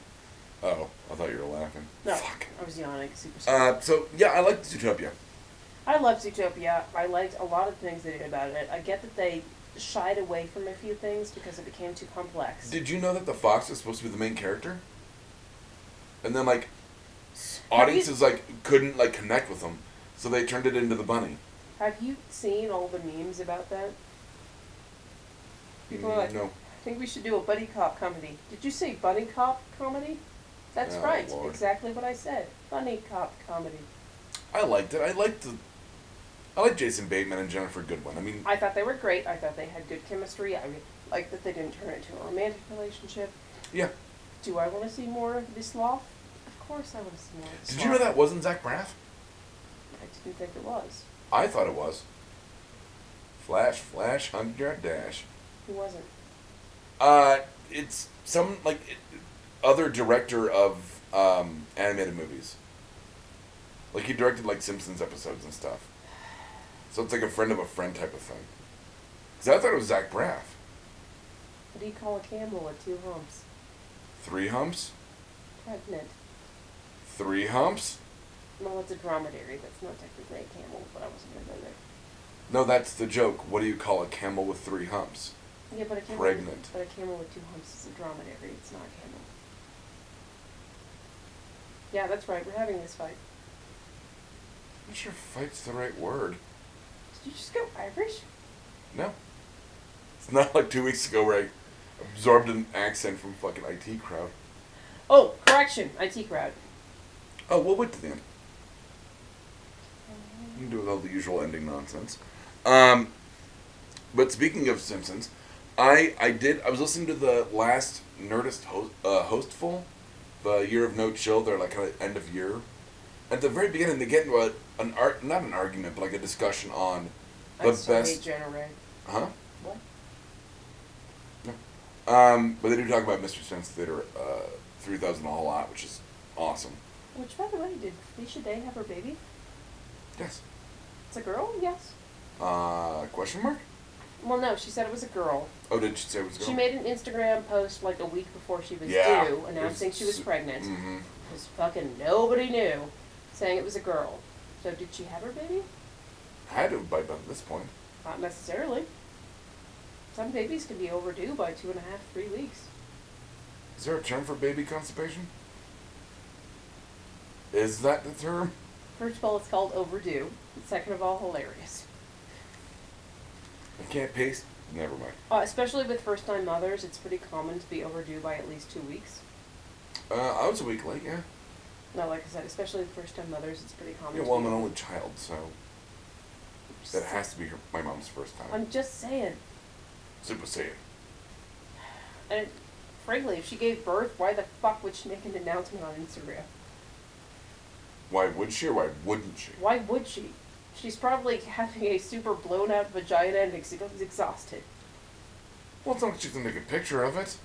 B: Oh, I thought you were laughing.
A: No,
B: Fuck.
A: I was yawning. Super sorry.
B: Uh, so, yeah, I liked Zootopia.
A: I loved Zootopia. I liked a lot of things they did about it. I get that they shied away from a few things because it became too complex.
B: Did you know that the fox is supposed to be the main character? And then, like, s-
A: Have you-
B: audiences, like, couldn't, like, connect with him. So they turned it into the bunny.
A: Have you seen all the memes about that? People are like,
B: no.
A: I think we should do a buddy cop comedy. Did you say bunny cop comedy? That's
B: Oh,
A: right.
B: Lord.
A: Exactly what I said. Bunny cop comedy.
B: I liked it. I liked the. I like Jason Bateman and Jennifer Goodwin. I mean,
A: I thought they were great. I thought they had good chemistry. I like that they didn't turn it into a romantic relationship.
B: yeah.
A: Do I want to see more of this law? Of course, I want to see more. Of this
B: Did you know that wasn't Zach Braff?
A: I didn't think it was.
B: I thought it was. Flash, flash, hundred yard dash.
A: He wasn't.
B: Uh, it's some like it, other director of um, animated movies. Like he directed like Simpsons episodes and stuff. So it's like a friend of a friend type of thing. Cause I thought it was Zach Braff.
A: What do you call a camel with two humps?
B: Three humps,
A: Pregnant.
B: three humps.
A: Well, it's a dromedary. That's not technically a camel, but I wasn't going to go there.
B: No, that's the joke. What do you call a camel with three humps?
A: Yeah, but a camel.
B: Pregnant.
A: But a camel with two humps is a dromedary. It's not a camel. Yeah, that's right. We're having this fight.
B: I'm not sure if fight's the right word.
A: Did you just go Irish?
B: No. It's not like two weeks ago where I absorbed an accent from fucking IT crowd.
A: Oh, correction. IT crowd.
B: Oh, we'll wait to the end. We can do with all the usual ending nonsense. Um, but speaking of Simpsons, I I did I was listening to the last Nerdist host, uh, hostful, the Year of No Chill. They're like kind of end of year. At the very beginning, they get into a, an art not an argument, but like a discussion on the
A: I still hate
B: best.
A: Jonah Ray.
B: Huh?
A: What?
B: Um, but they do talk about Mr. Spence Theater uh, 3000 a whole lot, which is awesome.
A: Which, by the way, did Felicia Day have her baby?
B: Yes.
A: It's a girl? Yes.
B: Uh, question mark?
A: Well, no, she said it was a girl.
B: Oh, did she say it was a girl?
A: She made an Instagram post like a week before she was
B: Yeah.
A: due, announcing she was
B: It's-
A: pregnant.
B: Mm-hmm.
A: Because fucking nobody knew, saying it was a girl. So did she have her baby?
B: Had to by about this point.
A: Not necessarily. Some babies can be overdue by two and a half, three weeks.
B: Is there a term for baby constipation? Is that the term?
A: First of all, it's called overdue. and Second of all, hilarious.
B: I can't paste. Never mind.
A: Uh, especially with first-time mothers, it's pretty common to be overdue by at least two weeks.
B: Uh, I was a week late. Yeah.
A: No, like I said, especially with first-time mothers, it's pretty common.
B: Yeah.
A: to
B: Well, I'm
A: be
B: an only child, so that has to be her, my mom's first time.
A: I'm just saying.
B: Super Saiyan.
A: And frankly, if she gave birth, why the fuck would she make an announcement on Instagram?
B: Why would she? or Why wouldn't she?
A: Why would she? She's probably having a super blown out vagina and ex- exhausted.
B: Well, it's not like she's gonna make a picture of it.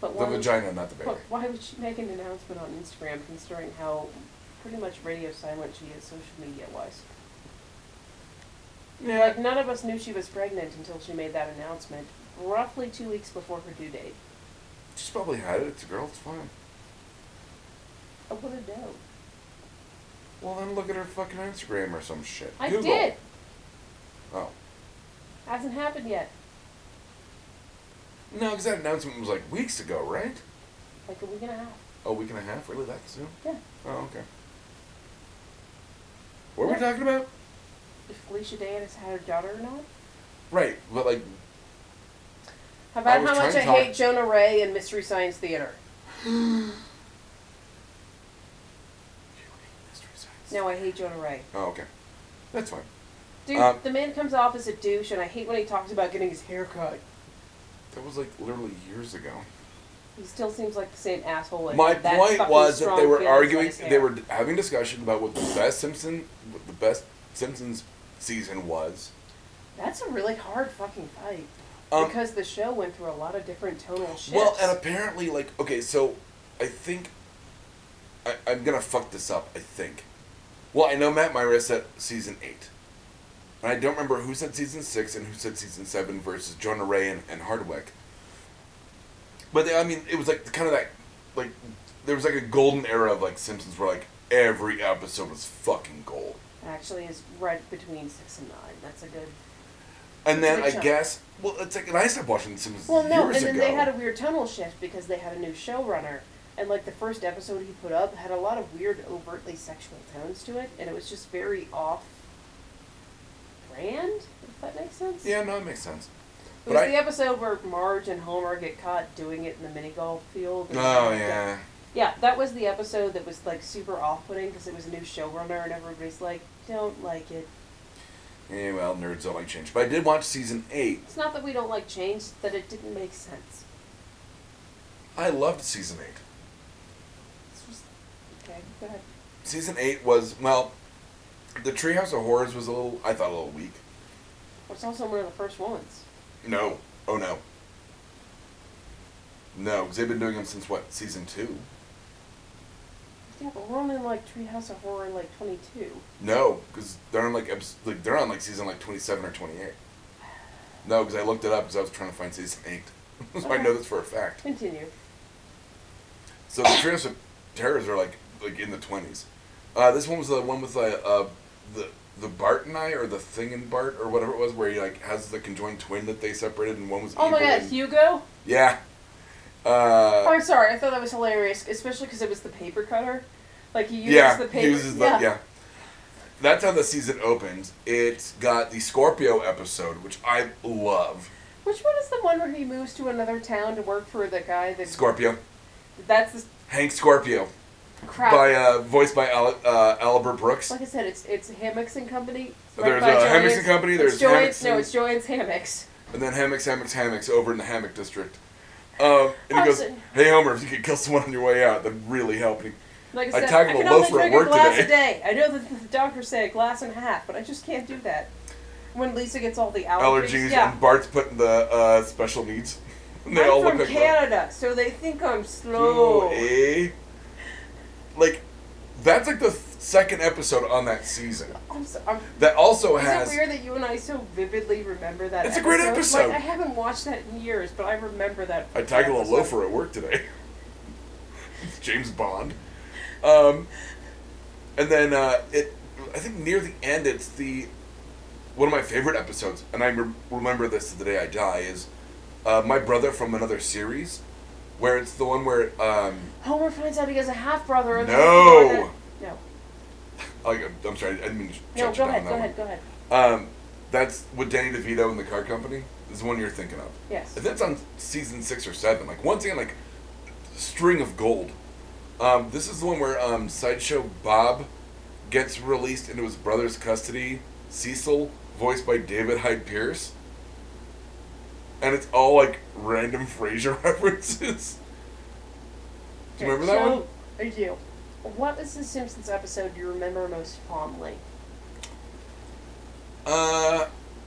A: But
B: The
A: why would-
B: vagina, not the baby.
A: But why would she make an announcement on Instagram, considering how pretty much radio silent she is social media wise? Like none of us knew she was pregnant until she made that announcement, roughly two weeks before her due date.
B: She's probably had it. It's a girl. It's fine.
A: I would have known.
B: Well, then look at her fucking Instagram or some shit.
A: I
B: Google.
A: did.
B: Oh.
A: Hasn't happened yet.
B: No, because that announcement was like weeks ago, right?
A: Like a week and a half.
B: A week and a half? Really? That soon?
A: Yeah.
B: Oh, okay. What were we talking about?
A: If Felicia Day has had her daughter or not.
B: Right, but like,
A: How
B: I
A: about
B: was
A: how much I
B: trying to
A: hate
B: talk-
A: Jonah Ray and Mystery Science Theater? No, I hate Jonah Ray.
B: oh, okay, that's fine.
A: Dude,
B: Um,
A: the man comes off as a douche, and I hate when he talks about getting his hair cut.
B: That was like literally years ago.
A: He still seems like the same asshole. and
B: My
A: that
B: point
A: fucking
B: was that
A: strong
B: they were
A: feelings about
B: arguing,
A: his
B: they
A: hair.
B: were d- having discussion about what the best Simpson, what the best Simpsons season was.
A: That's a really hard fucking fight
B: Um,
A: because the show went through a lot of different tonal shifts.
B: Well, and apparently, like, okay, so I think I, I'm gonna fuck this up. I think. Well, I know Matt Myra said season eight, and I don't remember who said season six and who said season seven versus Jonah Ray and, and Hardwick. But they, I mean, it was like kind of that, like there was like a golden era of like Simpsons where like every episode was fucking gold.
A: actually is right between six and nine. That's a good.
B: And then
A: Good
B: I
A: show.
B: guess well, it's like and I stopped watching The Simpsons
A: Well, no,
B: years
A: and then
B: ago.
A: they had a weird tonal shift because they had a new showrunner, and like the first episode he put up had a lot of weird, overtly sexual tones to it, and it was just very off brand. If that makes sense.
B: yeah, no, it makes sense.
A: It
B: but
A: was
B: I-
A: the episode where Marge and Homer get caught doing it in the mini golf field. and
B: Oh
A: they-
B: yeah.
A: Yeah, that was the episode that was like super off-putting because it was a new showrunner and everybody's like, "Don't like it."
B: Yeah, Eh, well, nerds don't like change. But I did watch season eight.
A: It's not that we don't like change; it's that it didn't make sense.
B: I loved season eight.
A: It's just okay. Go ahead.
B: Season eight was well, the Treehouse of Horrors was a little. I thought a little weak.
A: It's also one of the first ones.
B: No. Oh no. No, because they've been doing them since what season two.
A: Yeah, but we're only in like Treehouse of Horror like twenty-two.
B: No, because they're on like eps- like they're on like season like twenty seven or twenty eight. No, because I looked it up because I was trying to find season eight, so I know this for a fact.
A: Continue.
B: So the Trios of Terrors are like like in the twenties. Uh, this one was the one with the uh, the the Bart and I or the Thing and Bart or whatever it was, where he like has the conjoined twin that they separated and one was
A: Oh my
B: evil
A: God,
B: and-
A: Hugo!
B: yeah.
A: Oh,
B: Uh,
A: I'm sorry. I thought that was hilarious, especially because it was the paper cutter. Like he uses
B: yeah,
A: the
B: he
A: paper.
B: uses the- yeah. That's how the season opens. It's got the Scorpio episode, which I love.
A: Which one is the one where he moves to another town to work for the guy that?
B: Scorpio,
A: That's the
B: Hank Scorpio,
A: crap.
B: by uh, voiced by Al- uh, Albert Brooks.
A: like I said, it's it's hammocks and company. It's
B: There's,
A: by
B: uh,
A: Joanne's.
B: Hammocks and Company,
A: It's
B: there's
A: Joanne's-
B: Hammocks
A: No,
B: and-
A: it's Joanne's hammocks.
B: And then hammocks, hammocks, hammocks over in the hammock district. Um, and he
A: Oh,
B: goes,
A: so-
B: "Hey Homer, if you could kill someone on your way out, that'd really help." And he-
A: Like
B: I
A: I said, I,
B: tackled
A: can
B: a
A: only
B: loafer at
A: drink
B: work
A: a glass
B: today.
A: a day. I know that the doctors say a glass and a half, but I just can't do that. When Lisa gets all the allergies,
B: Allergies
A: yeah.
B: and Bart's putting the uh, special needs. And they
A: I'm
B: all
A: from
B: look like
A: Canada, so they think I'm slow.
B: "Ooh, eh?" Like that's like the th- second episode on that season
A: I'm so, I'm,
B: that also
A: Is
B: has
A: it weird that you and I so vividly remember that?
B: It's a great episode.
A: Like, I haven't watched that in years, but I remember that.
B: I tackled a
A: episode.
B: loafer at work today. It's James Bond. Um, and then uh, it, I think near the end, it's the one of my favorite episodes, and I rem remember this to the day I die is uh, my brother from another series, where it's the one where um,
A: Homer finds out he has a half brother. and
B: No.
A: then- No.
B: like I'm- oh, I'm sorry, I didn't mean to
A: No.
B: shut
A: Go
B: you down
A: ahead.
B: on that
A: Go
B: one.
A: ahead. Go ahead.
B: Um, that's with Danny DeVito and the car company. Is the one you're thinking of.
A: Yes.
B: If that's on season six or seven, like once again, like string of gold. Um, this is the one where um, sideshow Bob gets released into his brother's custody. Cecil, voiced by David Hyde Pierce, and it's all like random Frasier references. Do you remember that
A: so,
B: one?
A: I do. What is the Simpsons episode you remember most fondly?
B: Uh,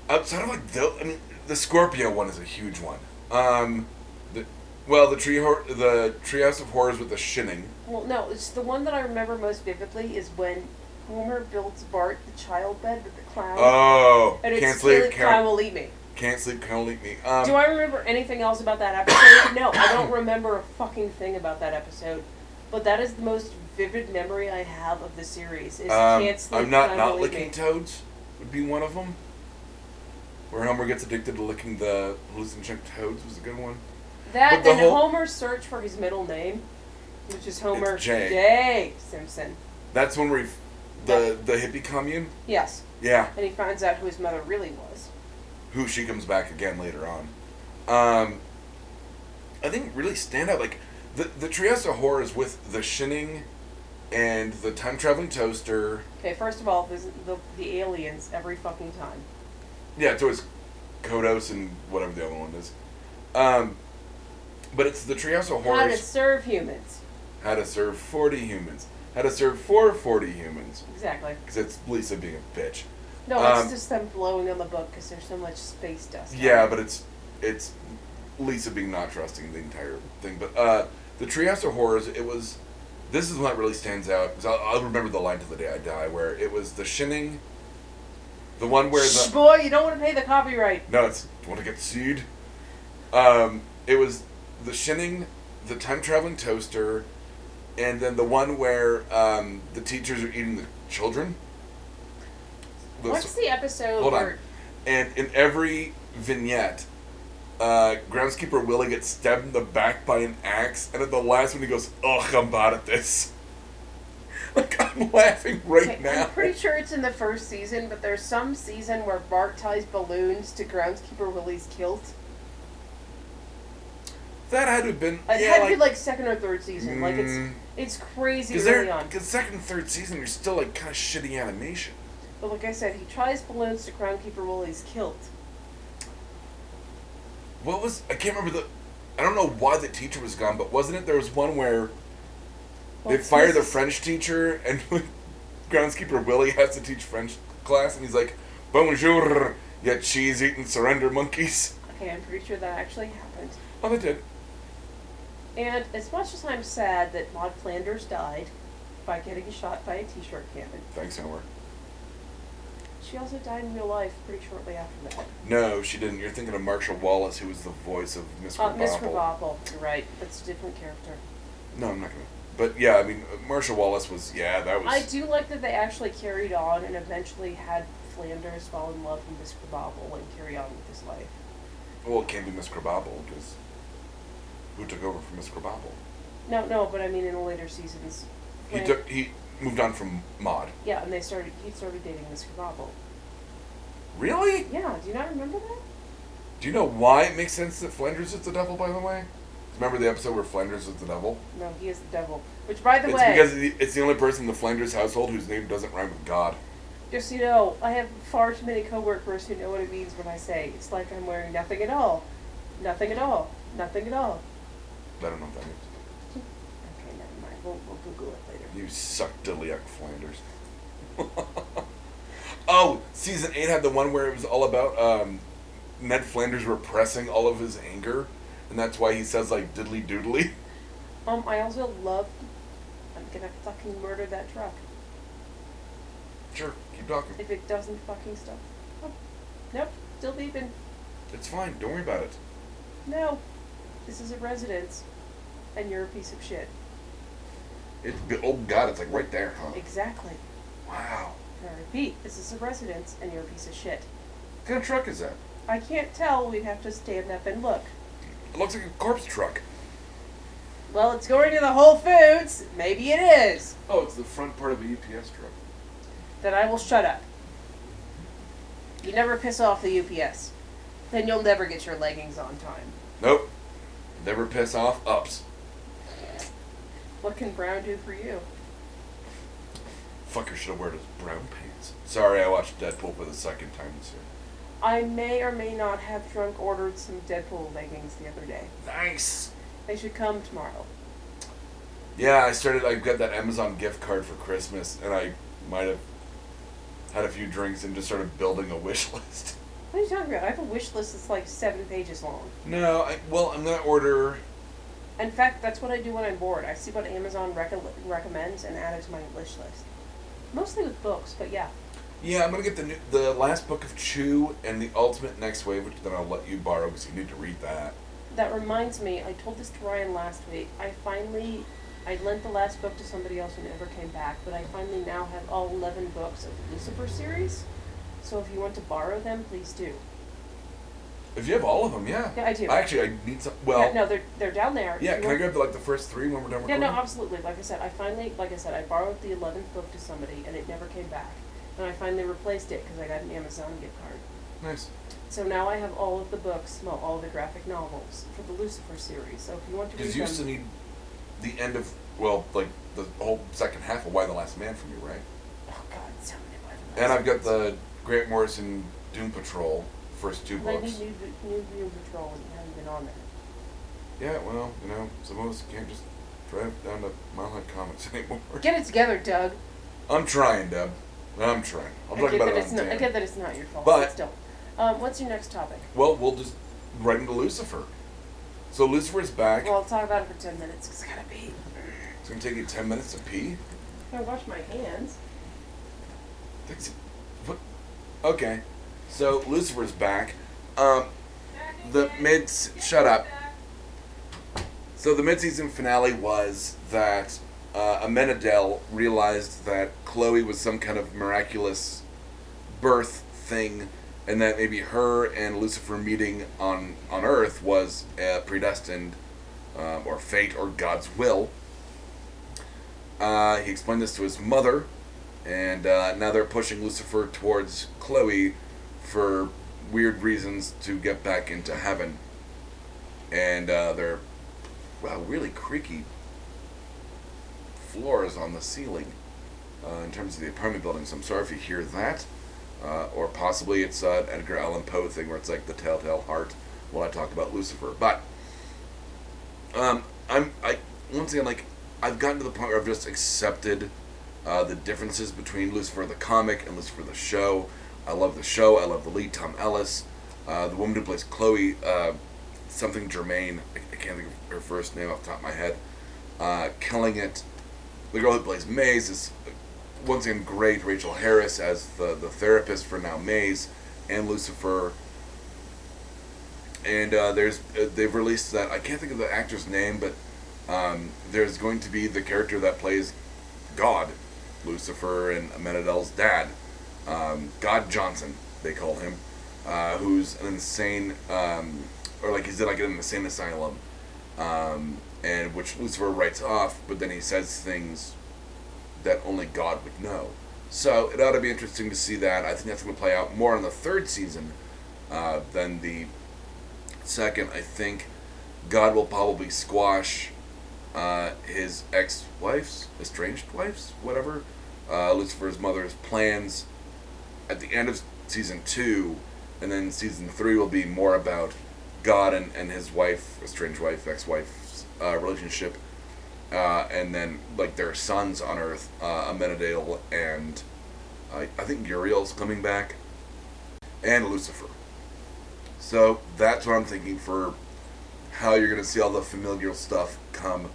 B: outside of like the, I mean, the Scorpio one is a huge one. Um, the well, the tree hor- the treehouse of horrors with the shinning.
A: Well, no. It's the one that I remember most vividly is when Homer builds Bart the child bed with the clown,
B: Oh,
A: and it's
B: can't
A: clearly
B: sleep,
A: clown
B: can't,
A: will eat me.
B: can't sleep, can't eat me. Um,
A: Do I remember anything else about that episode? no, I don't remember a fucking thing about that episode. But that is the most vivid memory I have of the series. Is
B: um,
A: can't sleep.
B: I'm not
A: Clown
B: not
A: Will Eat Me.
B: licking toads would be one of them. Where Homer gets addicted to licking the hallucinogenic toads was a good one.
A: that
B: but the
A: and
B: whole-
A: Homer's search for his middle name, which is Homer
B: Jay.
A: Jay Simpson.
B: That's when we, the the hippie commune.
A: Yes,
B: Yeah,
A: and he finds out who his mother really was.
B: who she comes back again later on. Um, I think really stand out like the the Trias of horrors with the shinning, and the time traveling toaster.
A: Okay, first of all, this, the the aliens every fucking time.
B: Yeah, it's always Kodos and whatever the other one is. Um, but it's the Treehouse of
A: How to
B: Horrors.
A: serve humans?
B: How to serve 40 humans. How to serve for 40 humans.
A: Exactly.
B: Because it's Lisa being a bitch.
A: No,
B: Um,
A: it's just them blowing on the book because there's so much space dust. on
B: Yeah,
A: it.
B: but it's it's Lisa being not trusting the entire thing. But uh, the Treehouse of Horrors, it was. This is what really stands out. Because I'll, I'll remember the line to the day I die, where it was the shinning. The one where the.
A: Shh, boy, you don't want to pay the copyright.
B: No, it's do you want to get sued? Um, it was the shinning, the time traveling toaster, and then the one where um, the teachers are eating the children. Those-
A: What's the episode
B: hold
A: where
B: on. And in every vignette, uh, groundskeeper Willie gets stabbed in the back by an axe, and at the last one he goes, "Ugh, I'm bad at this." Like I'm laughing right
A: Okay,
B: now.
A: I'm pretty sure it's in the first season, but there's some season where Bart ties balloons to groundskeeper Willie's kilt.
B: That had to have been.
A: It
B: yeah,
A: had
B: like,
A: to be like second or third season. Like it's
B: mm,
A: it's crazy
B: Because
A: early
B: they're
A: on.
B: because second and third season you're still like kind of shitty animation.
A: But like I said, he tries balloons to Crown Keeper Willie's kilt.
B: What was I can't remember the I don't know why the teacher was gone, but wasn't it there was one where they
A: What's
B: fire the
A: Mrs.
B: French teacher and groundskeeper Willie has to teach French class and he's like bonjour you cheese eating surrender monkeys.
A: Okay, I'm pretty sure that actually happened.
B: Oh, that did.
A: And as much as I'm sad that Maud Flanders died by getting shot by a t-shirt cannon,
B: Thanks, Howard.
A: she also died in real life pretty shortly after that.
B: No, she didn't. You're thinking of Marshall Wallace, who was the voice of Miss
A: Uh, Miss
B: Krabappel.
A: Krabappel, you're right. That's a different character.
B: No, I'm not gonna. But yeah, I mean, uh, Marshall Wallace was yeah, that was.
A: I do like that they actually carried on and eventually had Flanders fall in love with Miss Krabappel and carry on with his life.
B: Well, it can't be Miss Krabappel because who took over from Miss Krabappel?
A: No, no, but I mean in the later seasons.
B: He
A: Flan-
B: took he moved on from Maud.
A: Yeah, and they started. He started dating Miss Krabappel.
B: Really?
A: Yeah, do you not remember that?
B: Do you know why it makes sense that Flanders is the devil? By the way, remember the episode where Flanders is the devil?
A: No, he is the devil. Which, by the
B: it's
A: way,
B: because the- it's the only person in the Flanders household whose name doesn't rhyme with God.
A: just so you know, I have far too many coworkers who know what it means when I say it's like I'm wearing nothing at all, nothing at all, nothing at all.
B: I don't know what that means.
A: Okay, never mind. We'll, we'll Google it later.
B: You suck, Diliac Flanders. oh, season eight had the one where it was all about um, Ned Flanders repressing all of his anger, and that's why he says like diddly doodly.
A: Um, I also loved. I'm gonna fucking murder that truck
B: Sure, keep talking.
A: if it doesn't fucking stop. Oh, nope, still beeping.
B: It's fine. Don't worry about it.
A: No, this is a residence, and you're a piece of shit.
B: It's be- oh god, it's like right there, huh?
A: Exactly.
B: Wow.
A: And I repeat, this is a residence, and you're a piece of shit.
B: What kind of truck is that?
A: I can't tell. We'd have to stand up and look.
B: It looks like a corpse truck.
A: Well, it's going to the Whole Foods. Maybe it is.
B: Oh, it's the front part of the UPS truck.
A: Then I will shut up. You never piss off the UPS. Then you'll never get your leggings on time.
B: Nope. Never piss off ups.
A: What can Brown do for you?
B: Fucker should have worn his brown pants. Sorry, I watched Deadpool for the second time this year.
A: I may or may not have drunk ordered some Deadpool leggings the other day.
B: Nice.
A: They should come tomorrow.
B: Yeah, I started. I got that Amazon gift card for Christmas, and I might have had a few drinks and just started building a wish list.
A: What are you talking about? I have a wish list that's like seven pages long.
B: No, I, well, I'm gonna order.
A: In fact, that's what I do when I'm bored. I see what Amazon reco- recommends and add it to my wish list. Mostly with books, but yeah.
B: Yeah, I'm gonna get the new, the last book of Chew and the Ultimate Next Wave, which then I'll let you borrow because you need to read that.
A: That reminds me, I told this to Ryan last week. I finally, I lent the last book to somebody else who never came back, but I finally now have all 11 books of the Lucifer series. So if you want to borrow them, please do.
B: If you have all of them, yeah.
A: Yeah, I do.
B: Actually, I need some. Well,
A: Yeah, no, they're, they're down there.
B: yeah.
A: You
B: Can I
A: want-
B: grab like the first three when we're done
A: Yeah,
B: recording?
A: no, absolutely. Like I said, I finally, like I said, I borrowed the 11th book to somebody and it never came back. And I finally replaced it because I got an Amazon gift card.
B: Nice.
A: So now I have all of the books, well, all the graphic novels for the Lucifer series. So if you want to read
B: Because you
A: them,
B: used to need the end of well, like the whole second half of Why the Last Man from you, right?
A: oh god, so many. more than
B: And
A: that.
B: I've got the Grant Morrison Doom Patrol first two
A: Maybe
B: books.
A: New, New Doom Patrol hasn't been on there.
B: Yeah, well, you know, some of us can't just drive down to Mile High Comics anymore.
A: Get it together, Doug.
B: I'm trying, Deb. I'm trying. I'll
A: I
B: talk
A: get
B: about
A: that
B: it
A: it's
B: on
A: not, I
B: Dan.
A: get that it's not your fault,
B: But-
A: but still. Um, what's your next topic?
B: Well, we'll just right into Lucifer. So Lucifer's back.
A: Well, I'll talk about it for ten minutes. Cause I gotta pee.
B: it's gonna take you ten minutes to pee.
A: I wash my hands.
B: That's- what? Okay. So Lucifer's back. Um, the mid. Shut up. So the mid-season finale was that uh, Amenadel realized that Chloe was some kind of miraculous birth thing, and that maybe her and Lucifer meeting on on Earth was uh, predestined, um, or fate, or God's will. Uh, he explained this to his mother, and uh, now they're pushing Lucifer towards Chloe for weird reasons to get back into heaven. And uh, they're wow, really creaky floors on the ceiling uh, in terms of the apartment building. So I'm sorry if you hear that. Uh, or possibly it's uh, an Edgar Allan Poe thing where it's like the telltale heart when I talk about Lucifer. But um, I'm I once again like I've gotten to the point where I've just accepted uh, the differences between Lucifer the comic and Lucifer the show. I love the show. I love the lead, Tom Ellis, uh, the woman who plays Chloe, uh, something Germaine. I, I can't think of her first name off the top of my head. Uh, killing it. The girl who plays Maze is uh, once again great. Rachel Harris as the the therapist for now Maze and Lucifer and uh, there's uh, they've released that I can't think of the actor's name, but um, there's going to be the character that plays God, Lucifer, and Amenadel's dad, um, God Johnson, they call him, uh, who's an insane, um, or like he's in like an insane asylum, um, and which Lucifer writes off, but then he says things that only God would know. So it ought to be interesting to see that. I think that's going to play out more in the third season uh, than the second. I think God will probably squash uh, his ex-wife's, estranged wife's, whatever, uh, Lucifer's mother's plans at the end of season two, and then season three will be more about God and, and his wife, estranged wife, ex-wife's uh, relationship, uh, and then like their sons on Earth, uh, Amenadale and I I think Uriel's coming back, and Lucifer. So that's what I'm thinking for how you're going to see all the familial stuff come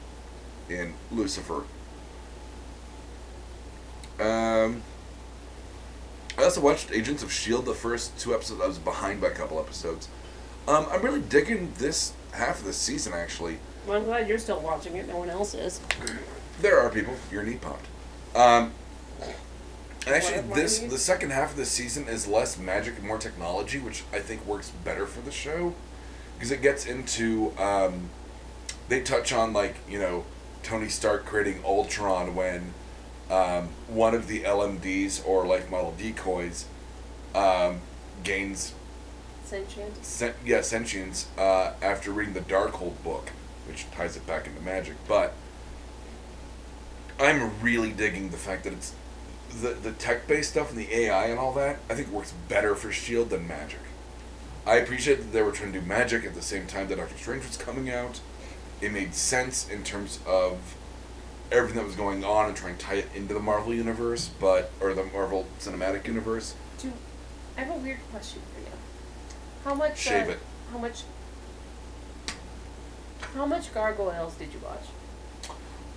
B: in Lucifer. Um, I also watched Agents of S.H.I.E.L.D. the first two episodes. I was behind by a couple episodes. Um, I'm really digging this half of the season, actually.
A: Well, I'm glad you're still watching it. No one else is.
B: There are people. Your knee popped. Um, and actually,
A: What- what
B: this
A: do you-
B: the second half of the season is less magic and more technology, which I think works better for the show because it gets into. Um, they touch on like you know Tony Stark creating Ultron when um, one of the LMDs or life model decoys um, gains
A: Sentient.
B: sen- yeah, sentience uh, after reading the Darkhold book, which ties it back into magic. But I'm really digging the fact that it's the the tech based stuff and the AI and all that. I think works better for Shield E than magic. I appreciate that they were trying to do magic at the same time that Doctor Strange was coming out. It made sense in terms of everything that was going on and trying to tie it into the Marvel universe, but or the Marvel Cinematic Universe.
A: Do I have a weird question for you? How much?
B: Shave
A: uh,
B: it.
A: How much? How much gargoyles did you watch?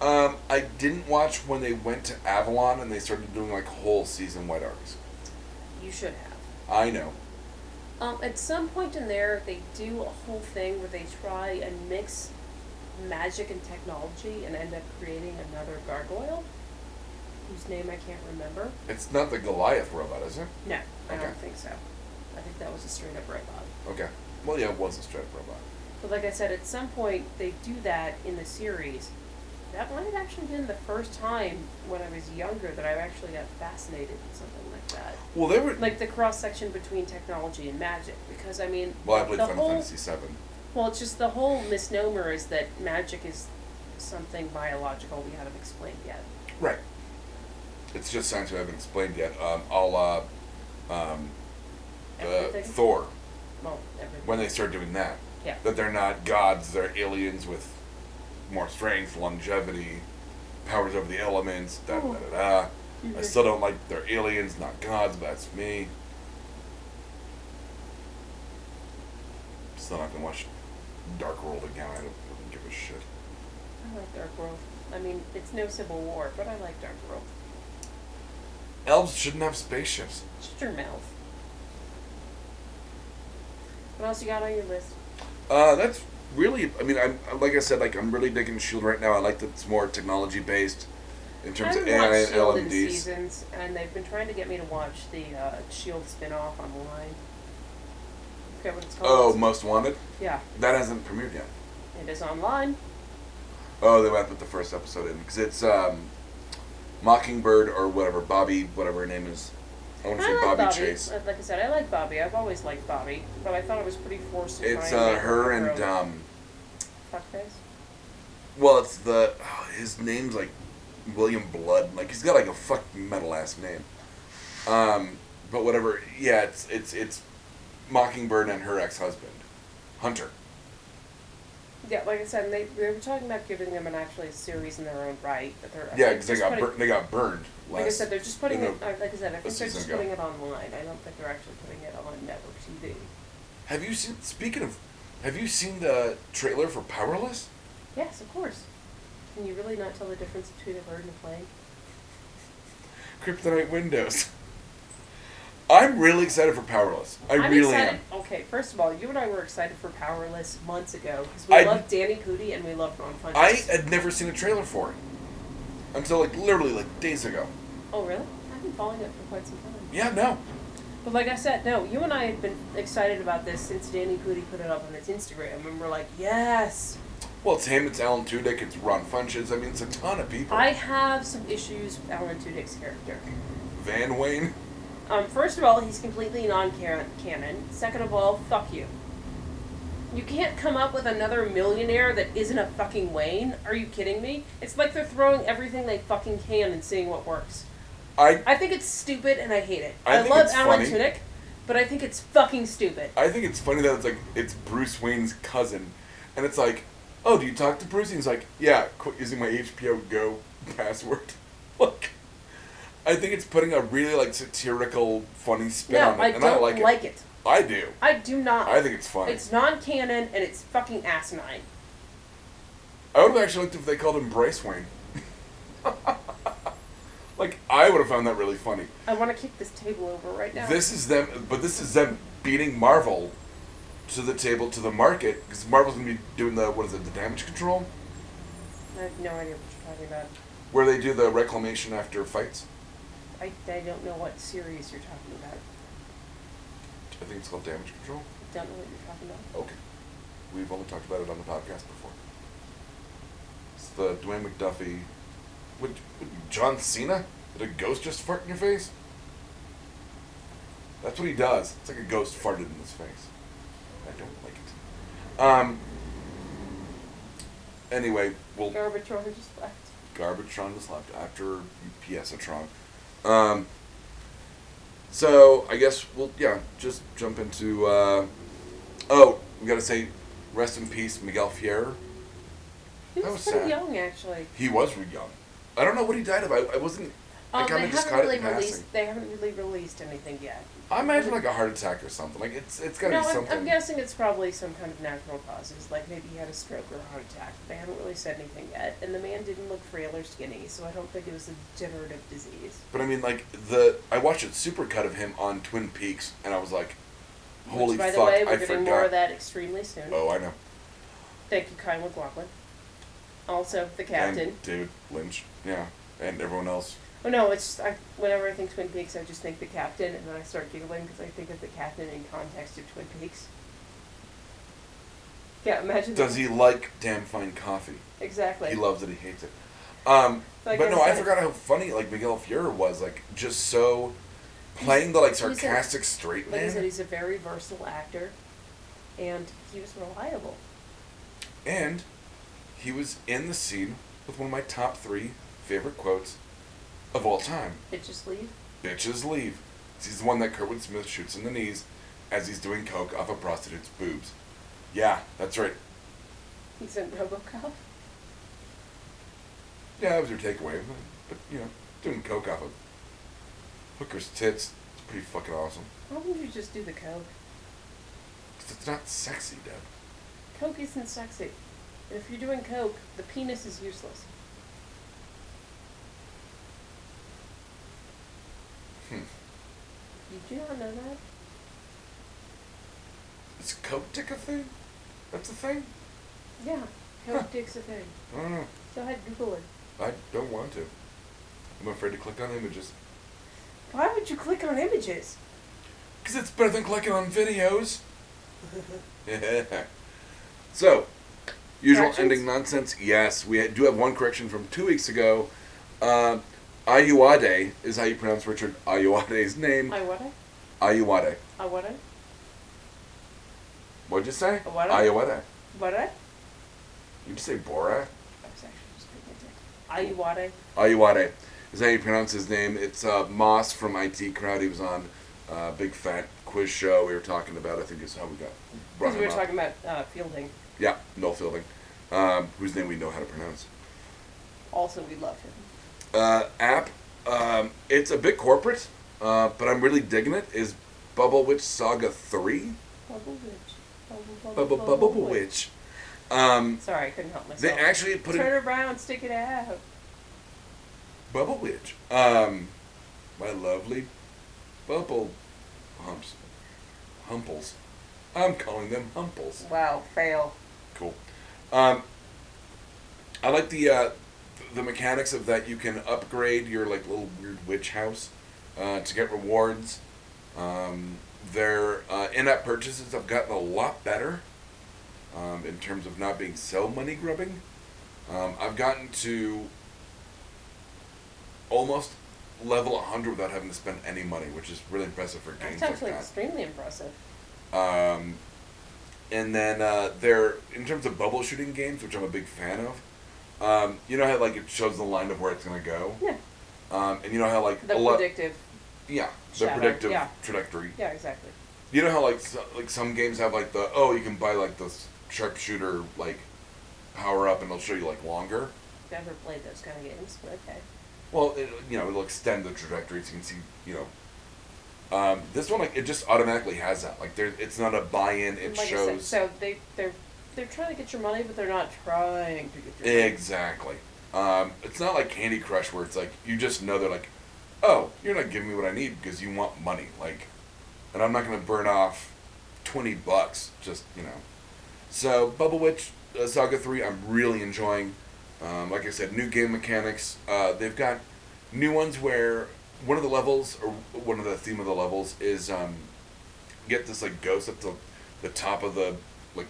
B: Um, I didn't watch when they went to Avalon and they started doing like whole season wide arcs.
A: You should have.
B: I know.
A: Um, at some point in there, they do a whole thing where they try and mix magic and technology and end up creating another gargoyle, whose name I can't remember.
B: It's not the Goliath robot, is it?
A: No, I don't
B: Okay.
A: think so. I think that was a straight up robot.
B: Okay. Well, yeah, it was a straight robot.
A: But like I said, at some point they do that in the series. That might have actually been the first time when I was younger that I actually got fascinated with something like that.
B: Well, they were.
A: Like the cross section between technology and magic, because I mean,
B: well, I
A: the
B: played Final
A: whole
B: Fantasy Seven.
A: Well, it's just the whole misnomer is that magic is something biological we haven't explained yet.
B: Right. It's just science we haven't explained yet. Um, a la um, uh,
A: Everything.
B: Thor
A: well, everything.
B: when they start doing that.
A: Yeah.
B: That they're not gods; they're aliens with more strength, longevity, powers over the elements. Da da da da. da.
A: Mm-hmm.
B: I still don't like they're aliens, not gods, but that's me. Still not gonna watch Dark World again. I don't fucking give a shit.
A: I like Dark World. I mean, it's no Civil War, but I like Dark World.
B: Elves shouldn't have spaceships.
A: Shut your mouth. What else you got on your list?
B: Uh, that's really. I mean, I'm I'm- like I said, like I'm really digging Shield right now. I like that it's more technology based, in terms
A: I
B: of
A: haven't
B: AI
A: watched
B: and
A: Shield in
B: LMDs.
A: seasons, and they've been trying to get me to watch the uh, Shield spin-off online. Okay, what it's
B: Oh,
A: called?
B: Most Wanted.
A: yeah,
B: That hasn't premiered yet.
A: it is online.
B: Oh, they might put the first episode in because it's um, Mockingbird or whatever Bobby, whatever her name is. I want to say
A: I like
B: Bobby,
A: Bobby.
B: Chase.
A: Uh, Like I said, I like Bobby. I've always liked
B: uh,
A: Bobby, but I thought it was pretty forced. to try
B: It's
A: and
B: uh,
A: make
B: her
A: own
B: and um,
A: fuckface.
B: Well, it's the oh, his name's like William Blood. Like he's got like a fucking metal ass name. Um, but whatever. Yeah, it's it's it's Mockingbird and her ex husband, Hunter.
A: Yeah, like I said, and they, they were talking about giving them an actually series in their own right, but they're I
B: Yeah,
A: think
B: because they
A: just
B: got
A: putting-
B: bur- they got burned. Last,
A: Like I said, they're just putting
B: in
A: it.
B: the-
A: uh, Like I said, I think they're
B: season
A: just
B: ago.
A: putting it online. I don't think they're actually putting it on network TV.
B: have you seen? Speaking of, have you seen the trailer for Powerless?
A: Yes, of course. Can you really not tell the difference between a bird and a plane?
B: Kryptonite Windows. I'm really excited for Powerless. I
A: am
B: really
A: excited. Oh
B: am.
A: Okay, first of all, you and I were excited for Powerless months ago because we
B: I-
A: loved Danny Pudi and we loved Ron Funches.
B: I uh, had never seen a trailer for it until like literally like days ago.
A: oh really? I've been following it for quite some time.
B: Yeah, no.
A: But like I said, no, you and I had been excited about this since Danny Pudi put it up on his Instagram, and we're like, yes.
B: Well, it's him. It's Alan Tudyk. It's Ron Funches. I mean, it's a ton of people.
A: I have some issues with Alan Tudyk's character.
B: Van Wayne.
A: Um, first of all, he's completely non-canon. Second of all, fuck you. You can't come up with another millionaire that isn't a fucking Wayne. Are you kidding me? It's like they're throwing everything they fucking can and seeing what works.
B: I
A: I think it's stupid and I hate it.
B: I
A: I,
B: think
A: love
B: it's
A: Alan
B: funny.
A: Tudyk, but I think it's fucking stupid.
B: I think it's funny that it's like it's Bruce Wayne's cousin, and it's like, oh, do you talk to Bruce? And he's like, yeah, quit using my HBO Go password. Look, I think it's putting a really like satirical, funny spin
A: No,
B: on it,
A: I
B: and
A: don't
B: I like, it.
A: like it.
B: I do.
A: I do not.
B: I think it's funny.
A: it's non-canon and it's fucking asinine.
B: I would have actually liked if they called him Bryce Wayne. like I would have found that really funny.
A: I want to kick this table over right now.
B: This is them, but this is them beating Marvel to the table to the market because Marvel's gonna be doing the what is it, the damage control,
A: I have no idea what you're talking about.
B: where they do the reclamation after fights.
A: I, I don't know what series you're talking about.
B: I think it's called damage control.
A: Don't know what you're talking about.
B: Okay, we've only talked about it on the podcast before. It's the Dwayne McDuffie, what, what, John Cena? Did a ghost just fart in your face? That's what he does. It's like a ghost farted in his face. I don't like it. Um. Anyway, we'll.
A: Garbage over just left.
B: Garbage-tron was left after Piesatron. Um, so I guess we'll yeah just jump into. Uh, oh, we gotta say, rest in peace, Miguel Fierro.
A: He
B: That
A: was,
B: was
A: pretty
B: sad.
A: young, actually.
B: He was re- young. I don't know what he died of. I, I wasn't. I
A: Um,
B: kinda
A: they
B: just
A: haven't
B: caught it
A: really
B: in passing.
A: released. They haven't really released anything yet.
B: I imagine like a heart attack or something. Like it's it's gotta
A: no,
B: be
A: I'm,
B: something.
A: I'm guessing it's probably some kind of natural causes, like maybe he had a stroke or a heart attack. They haven't really said anything yet, and the man didn't look frail or skinny, so I don't think it was a degenerative disease.
B: But I mean, like the I watched a supercut of him on Twin Peaks, and I was like, "Holy
A: Which, by
B: fuck!
A: the way, we're
B: I
A: getting
B: forgot."
A: more of that extremely soon.
B: Oh, I know.
A: Thank you, Kyle McLaughlin. Also, the captain.
B: And David Lynch. Yeah, and everyone else.
A: Oh no, it's just, I, whenever I think Twin Peaks, I just think the captain, and then I start giggling because I think of the captain in context of Twin Peaks. Yeah, imagine.
B: Does he like damn fine coffee?
A: Exactly.
B: He loves it. He hates it. Um,
A: Like
B: but
A: I
B: no, I
A: said-
B: forgot how funny like Miguel Fiore was. Like just so playing the like
A: He's- he's a-
B: sarcastic straight
A: like I said,
B: man,
A: he's a very versatile actor, and he was reliable.
B: and he was in the scene with one of my top three favorite quotes of all time.
A: Bitches leave.
B: Bitches leave. He's the one that Kurtwood Smith shoots in the knees as he's doing coke off a prostitute's boobs. Yeah, that's right.
A: He's in RoboCop.
B: Yeah, that was your takeaway. But you know, doing coke off of hookers' tits is pretty fucking awesome.
A: Why wouldn't you just do the coke?
B: 'Cause it's not sexy, Deb.
A: Coke isn't sexy, and if you're doing coke, the penis is useless.
B: Hmm.
A: You do not know that?
B: Is coke dick a thing? That's a thing.
A: Yeah, coke
B: Huh.
A: dick's a thing.
B: I don't know.
A: So I Google it.
B: I don't want to. I'm afraid to click on images.
A: Why would you click on images?
B: Cause it's better than clicking on videos. so, usual
A: Corrections?
B: ending nonsense. Yes, we do have one correction from two weeks ago. Uh, Ayuade is how you pronounce Richard Ayuade's name.
A: I what?
B: Ayuade.
A: I what?
B: What'd you say?
A: What?
B: Ayuade.
A: What?
B: You just say Bora?
A: Ayuwade.
B: Ayuwade is how you pronounce his name. It's uh, Moss from IT Crowd. He was on uh, Big Fat Quiz Show. We were talking about. I think is how we got
A: Because
B: brought him
A: we were
B: up.
A: talking about uh, Fielding.
B: yeah, Noel Fielding, um, whose name we know how to pronounce.
A: Also, we love him.
B: Uh, app. Um, it's a bit corporate, uh, but I'm really digging it. Is Bubble Witch Saga Three?
A: Bubble Witch. Bubble,
B: Bubble Bubble Witch. Um,
A: Sorry, I couldn't help myself.
B: they actually put it
A: Turn around, stick it out.
B: Bubble Witch. Um, my lovely bubble humps, humples. I'm calling them humples.
A: Wow, fail.
B: Cool. Um, I like the uh, the mechanics of that. You can upgrade your like little weird witch house uh, to get rewards. Um, their uh, in-app purchases have gotten a lot better um, in terms of not being so money grubbing. Um, I've gotten to almost level 100 without having to spend any money, which is really impressive for games
A: That's actually
B: like that.
A: extremely impressive.
B: Um, and then uh, there, in terms of bubble shooting games, which I'm a big fan of, um, you know how like it shows the line of where it's gonna go,
A: Yeah,
B: um, and you know how like
A: the
B: a lot,
A: predictive.
B: yeah, the
A: shadow,
B: predictive
A: yeah.
B: trajectory.
A: Yeah, exactly.
B: You know how like so, like some games have like the oh you can buy like the sharpshooter like power up and it'll show you like longer.
A: Never played those kind of games, but okay.
B: Well, it, you know it'll extend the trajectory so you can see you know. Um, this one like it just automatically has that like there it's not a buy in it
A: like I said,
B: shows
A: so they they're they're trying to get your money, but they're not trying to get your money.
B: Exactly. Um, it's not like Candy Crush where it's like you just know they're like, oh, you're not giving me what I need because you want money, like, and I'm not gonna burn off twenty bucks just you know. So Bubble Witch uh, Saga Three, I'm really enjoying. Um, like I said, new game mechanics. Uh, they've got new ones where one of the levels or one of the theme of the levels is um, get this like ghost at the the top of the like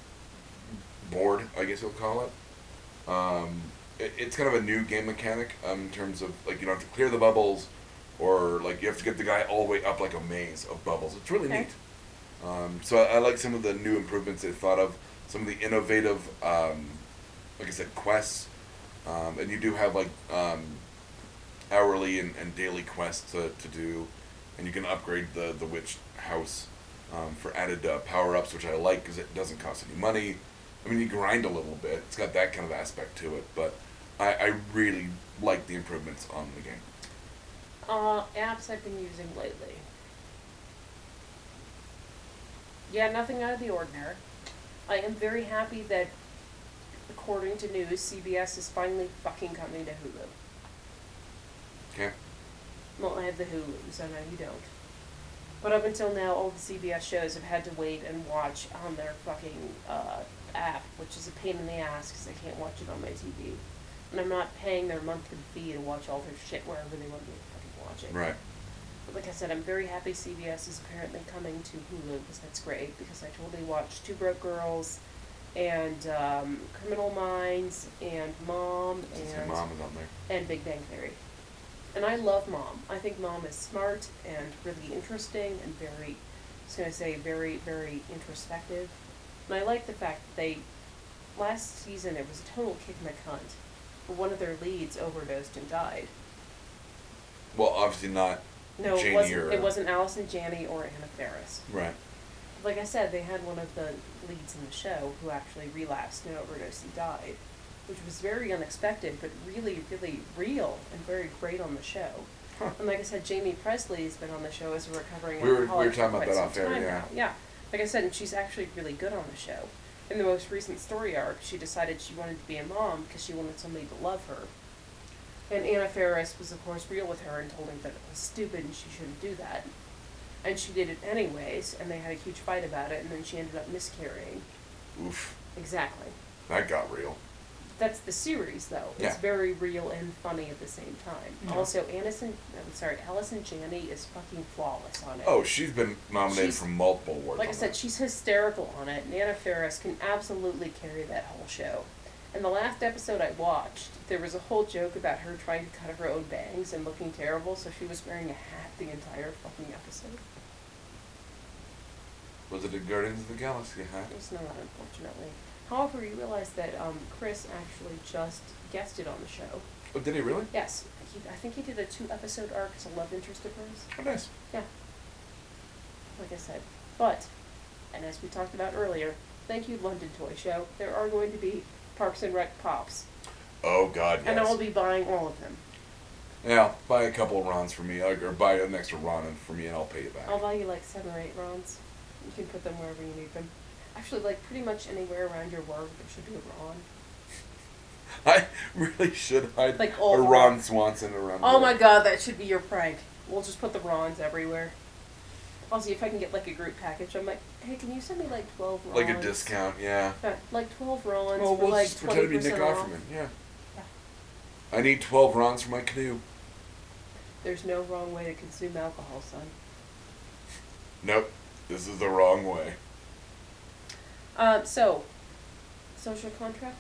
B: board, I guess you'll call it. Um, it, it's kind of a new game mechanic um, in terms of like you don't have to clear the bubbles, or like you have to get the guy all the way up like a maze of bubbles. It's really
A: Okay.
B: neat. Um, so I, I like some of the new improvements they thought of, some of the innovative, um, like I said, quests, um, and you do have like um, hourly and, and daily quests to, to do, and you can upgrade the the witch house um, for added uh, power ups, which I like because it doesn't cost any money. I mean, you grind a little bit. It's got that kind of aspect to it, but I, I really like the improvements on the game.
A: Uh, apps I've been using lately. Yeah, nothing out of the ordinary. I am very happy that, according to news, CBS is finally fucking coming to Hulu.
B: Okay.
A: Well, I have the Hulu, so no, you don't. But up until now, all the CBS shows have had to wait and watch on their fucking uh, app, which is a pain in the ass because I can't watch it on my TV. And I'm not paying their monthly fee to watch all their shit wherever they want me to fucking watch it.
B: Right.
A: But like I said, I'm very happy CBS is apparently coming to Hulu because that's great because I totally watched Two Broke Girls and um, Criminal Minds and Mom
B: Since your
A: and
B: mom is on there.
A: and Big Bang Theory. And I love Mom. I think Mom is smart and really interesting and very, I was going to say, very, very introspective. And I like the fact that they, last season, it was a total kick in the cunt. But one of their leads overdosed and died.
B: Well, obviously not.
A: No,
B: Janie
A: it wasn't,
B: or- uh,
A: it wasn't Allison Janney or Anna Faris.
B: Right.
A: Like I said, they had one of the leads in the show who actually relapsed and overdosed and died, which was very unexpected, but really, really real and very great on the show.
B: Huh.
A: And like I said, Jamie Presley has been on the show as a recovering
B: We were- we were
A: alcoholic
B: talking
A: for
B: about
A: quite
B: that
A: some
B: off air,
A: time
B: yeah.
A: now. Yeah, like I said, and she's actually really good on the show. In the most recent story arc, she decided she wanted to be a mom because she wanted somebody to love her. And Anna Faris was, of course, real with her and told her that it was stupid and she shouldn't do that. And she did it anyways, and they had a huge fight about it, and then she ended up miscarrying.
B: Oof.
A: Exactly.
B: That got real.
A: That's the series, though. It's
B: Yeah.
A: very real and funny at the same time.
B: Yeah.
A: Also, Anderson, I'm sorry, Allison Janney is fucking flawless on it.
B: Oh, she's been nominated
A: She's-
B: for multiple awards.
A: Like I
B: on
A: said,
B: that.
A: she's hysterical on it. Nana Ferris can absolutely carry that whole show. And the last episode I watched, there was a whole joke about her trying to cut her own bangs and looking terrible, so she was wearing a hat the entire fucking episode.
B: was it a Guardians of the Galaxy hat?
A: It's not, unfortunately. However, you realize that um, Chris actually just guested on the show.
B: Oh, did he really?
A: Yes, he, I think he did a two episode arc as a love interest of hers.
B: Oh, nice.
A: Yeah. Like I said, but, and as we talked about earlier, thank you London Toy Show. There are going to be Parks and Rec pops,
B: Oh God, yes.
A: and I will be buying all of them.
B: yeah, buy a couple of Rons for me, like, or buy an extra Ron for me, and I'll pay you back.
A: I'll buy you like seven or eight rounds. You can put them wherever you need them. Actually, like pretty much anywhere around your work, there should be a Ron.
B: I really should hide
A: Like all
B: a
A: the
B: Ron
A: Rons.
B: Swanson around.
A: Oh my
B: here.
A: god, that should be your prank. We'll just put the Rons everywhere. I'll see if I can get like a group package. I'm like, hey, can you send me like twelve Rons?
B: Like a discount, yeah.
A: Yeah, Like twelve Rons
B: Well,
A: for
B: we'll
A: like
B: just
A: twenty
B: pretend to be
A: percent
B: Nick
A: off.
B: Offerman. Yeah.
A: Yeah.
B: I need twelve Rons for my canoe.
A: There's no wrong way to consume alcohol, son.
B: Nope, this is the wrong way.
A: Uh, so, social contract.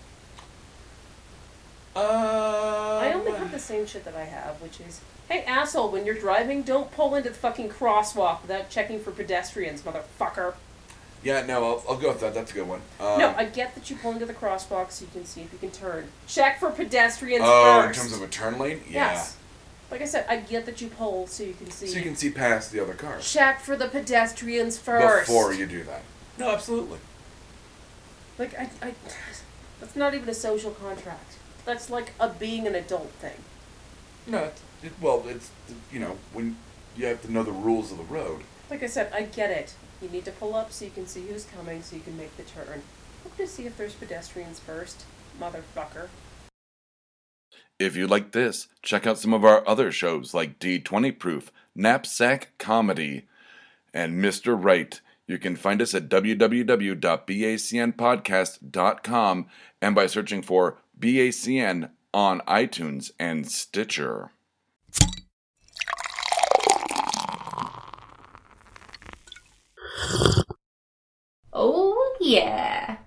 B: Uh,
A: I only have the same shit that I have, which is, hey asshole, when you're driving, don't pull into the fucking crosswalk without checking for pedestrians, motherfucker.
B: Yeah, no, I'll, I'll go with that. That's a good one. Um,
A: no, I get that you pull into the crosswalk so you can see if you can turn. Check for pedestrians
B: oh,
A: first.
B: in terms of a turn lane, yeah.
A: Yes. Like I said, I get that you pull so you can see.
B: So you can see past the other cars
A: check for the pedestrians first.
B: before you do that. No, absolutely.
A: Like I, I, that's not even a social contract. That's like a being an adult thing.
B: No, it's, it, well, it's you know when you have to know the rules of the road.
A: Like I said, I get it. You need to pull up so you can see who's coming so you can make the turn. Look to see if there's pedestrians first, motherfucker.
C: If you like this, check out some of our other shows like D20 Proof, Knapsack Comedy, and Mr. Right. You can find us at www.bacnpodcast.com and by searching for BACN on iTunes and Stitcher.
D: Oh, yeah.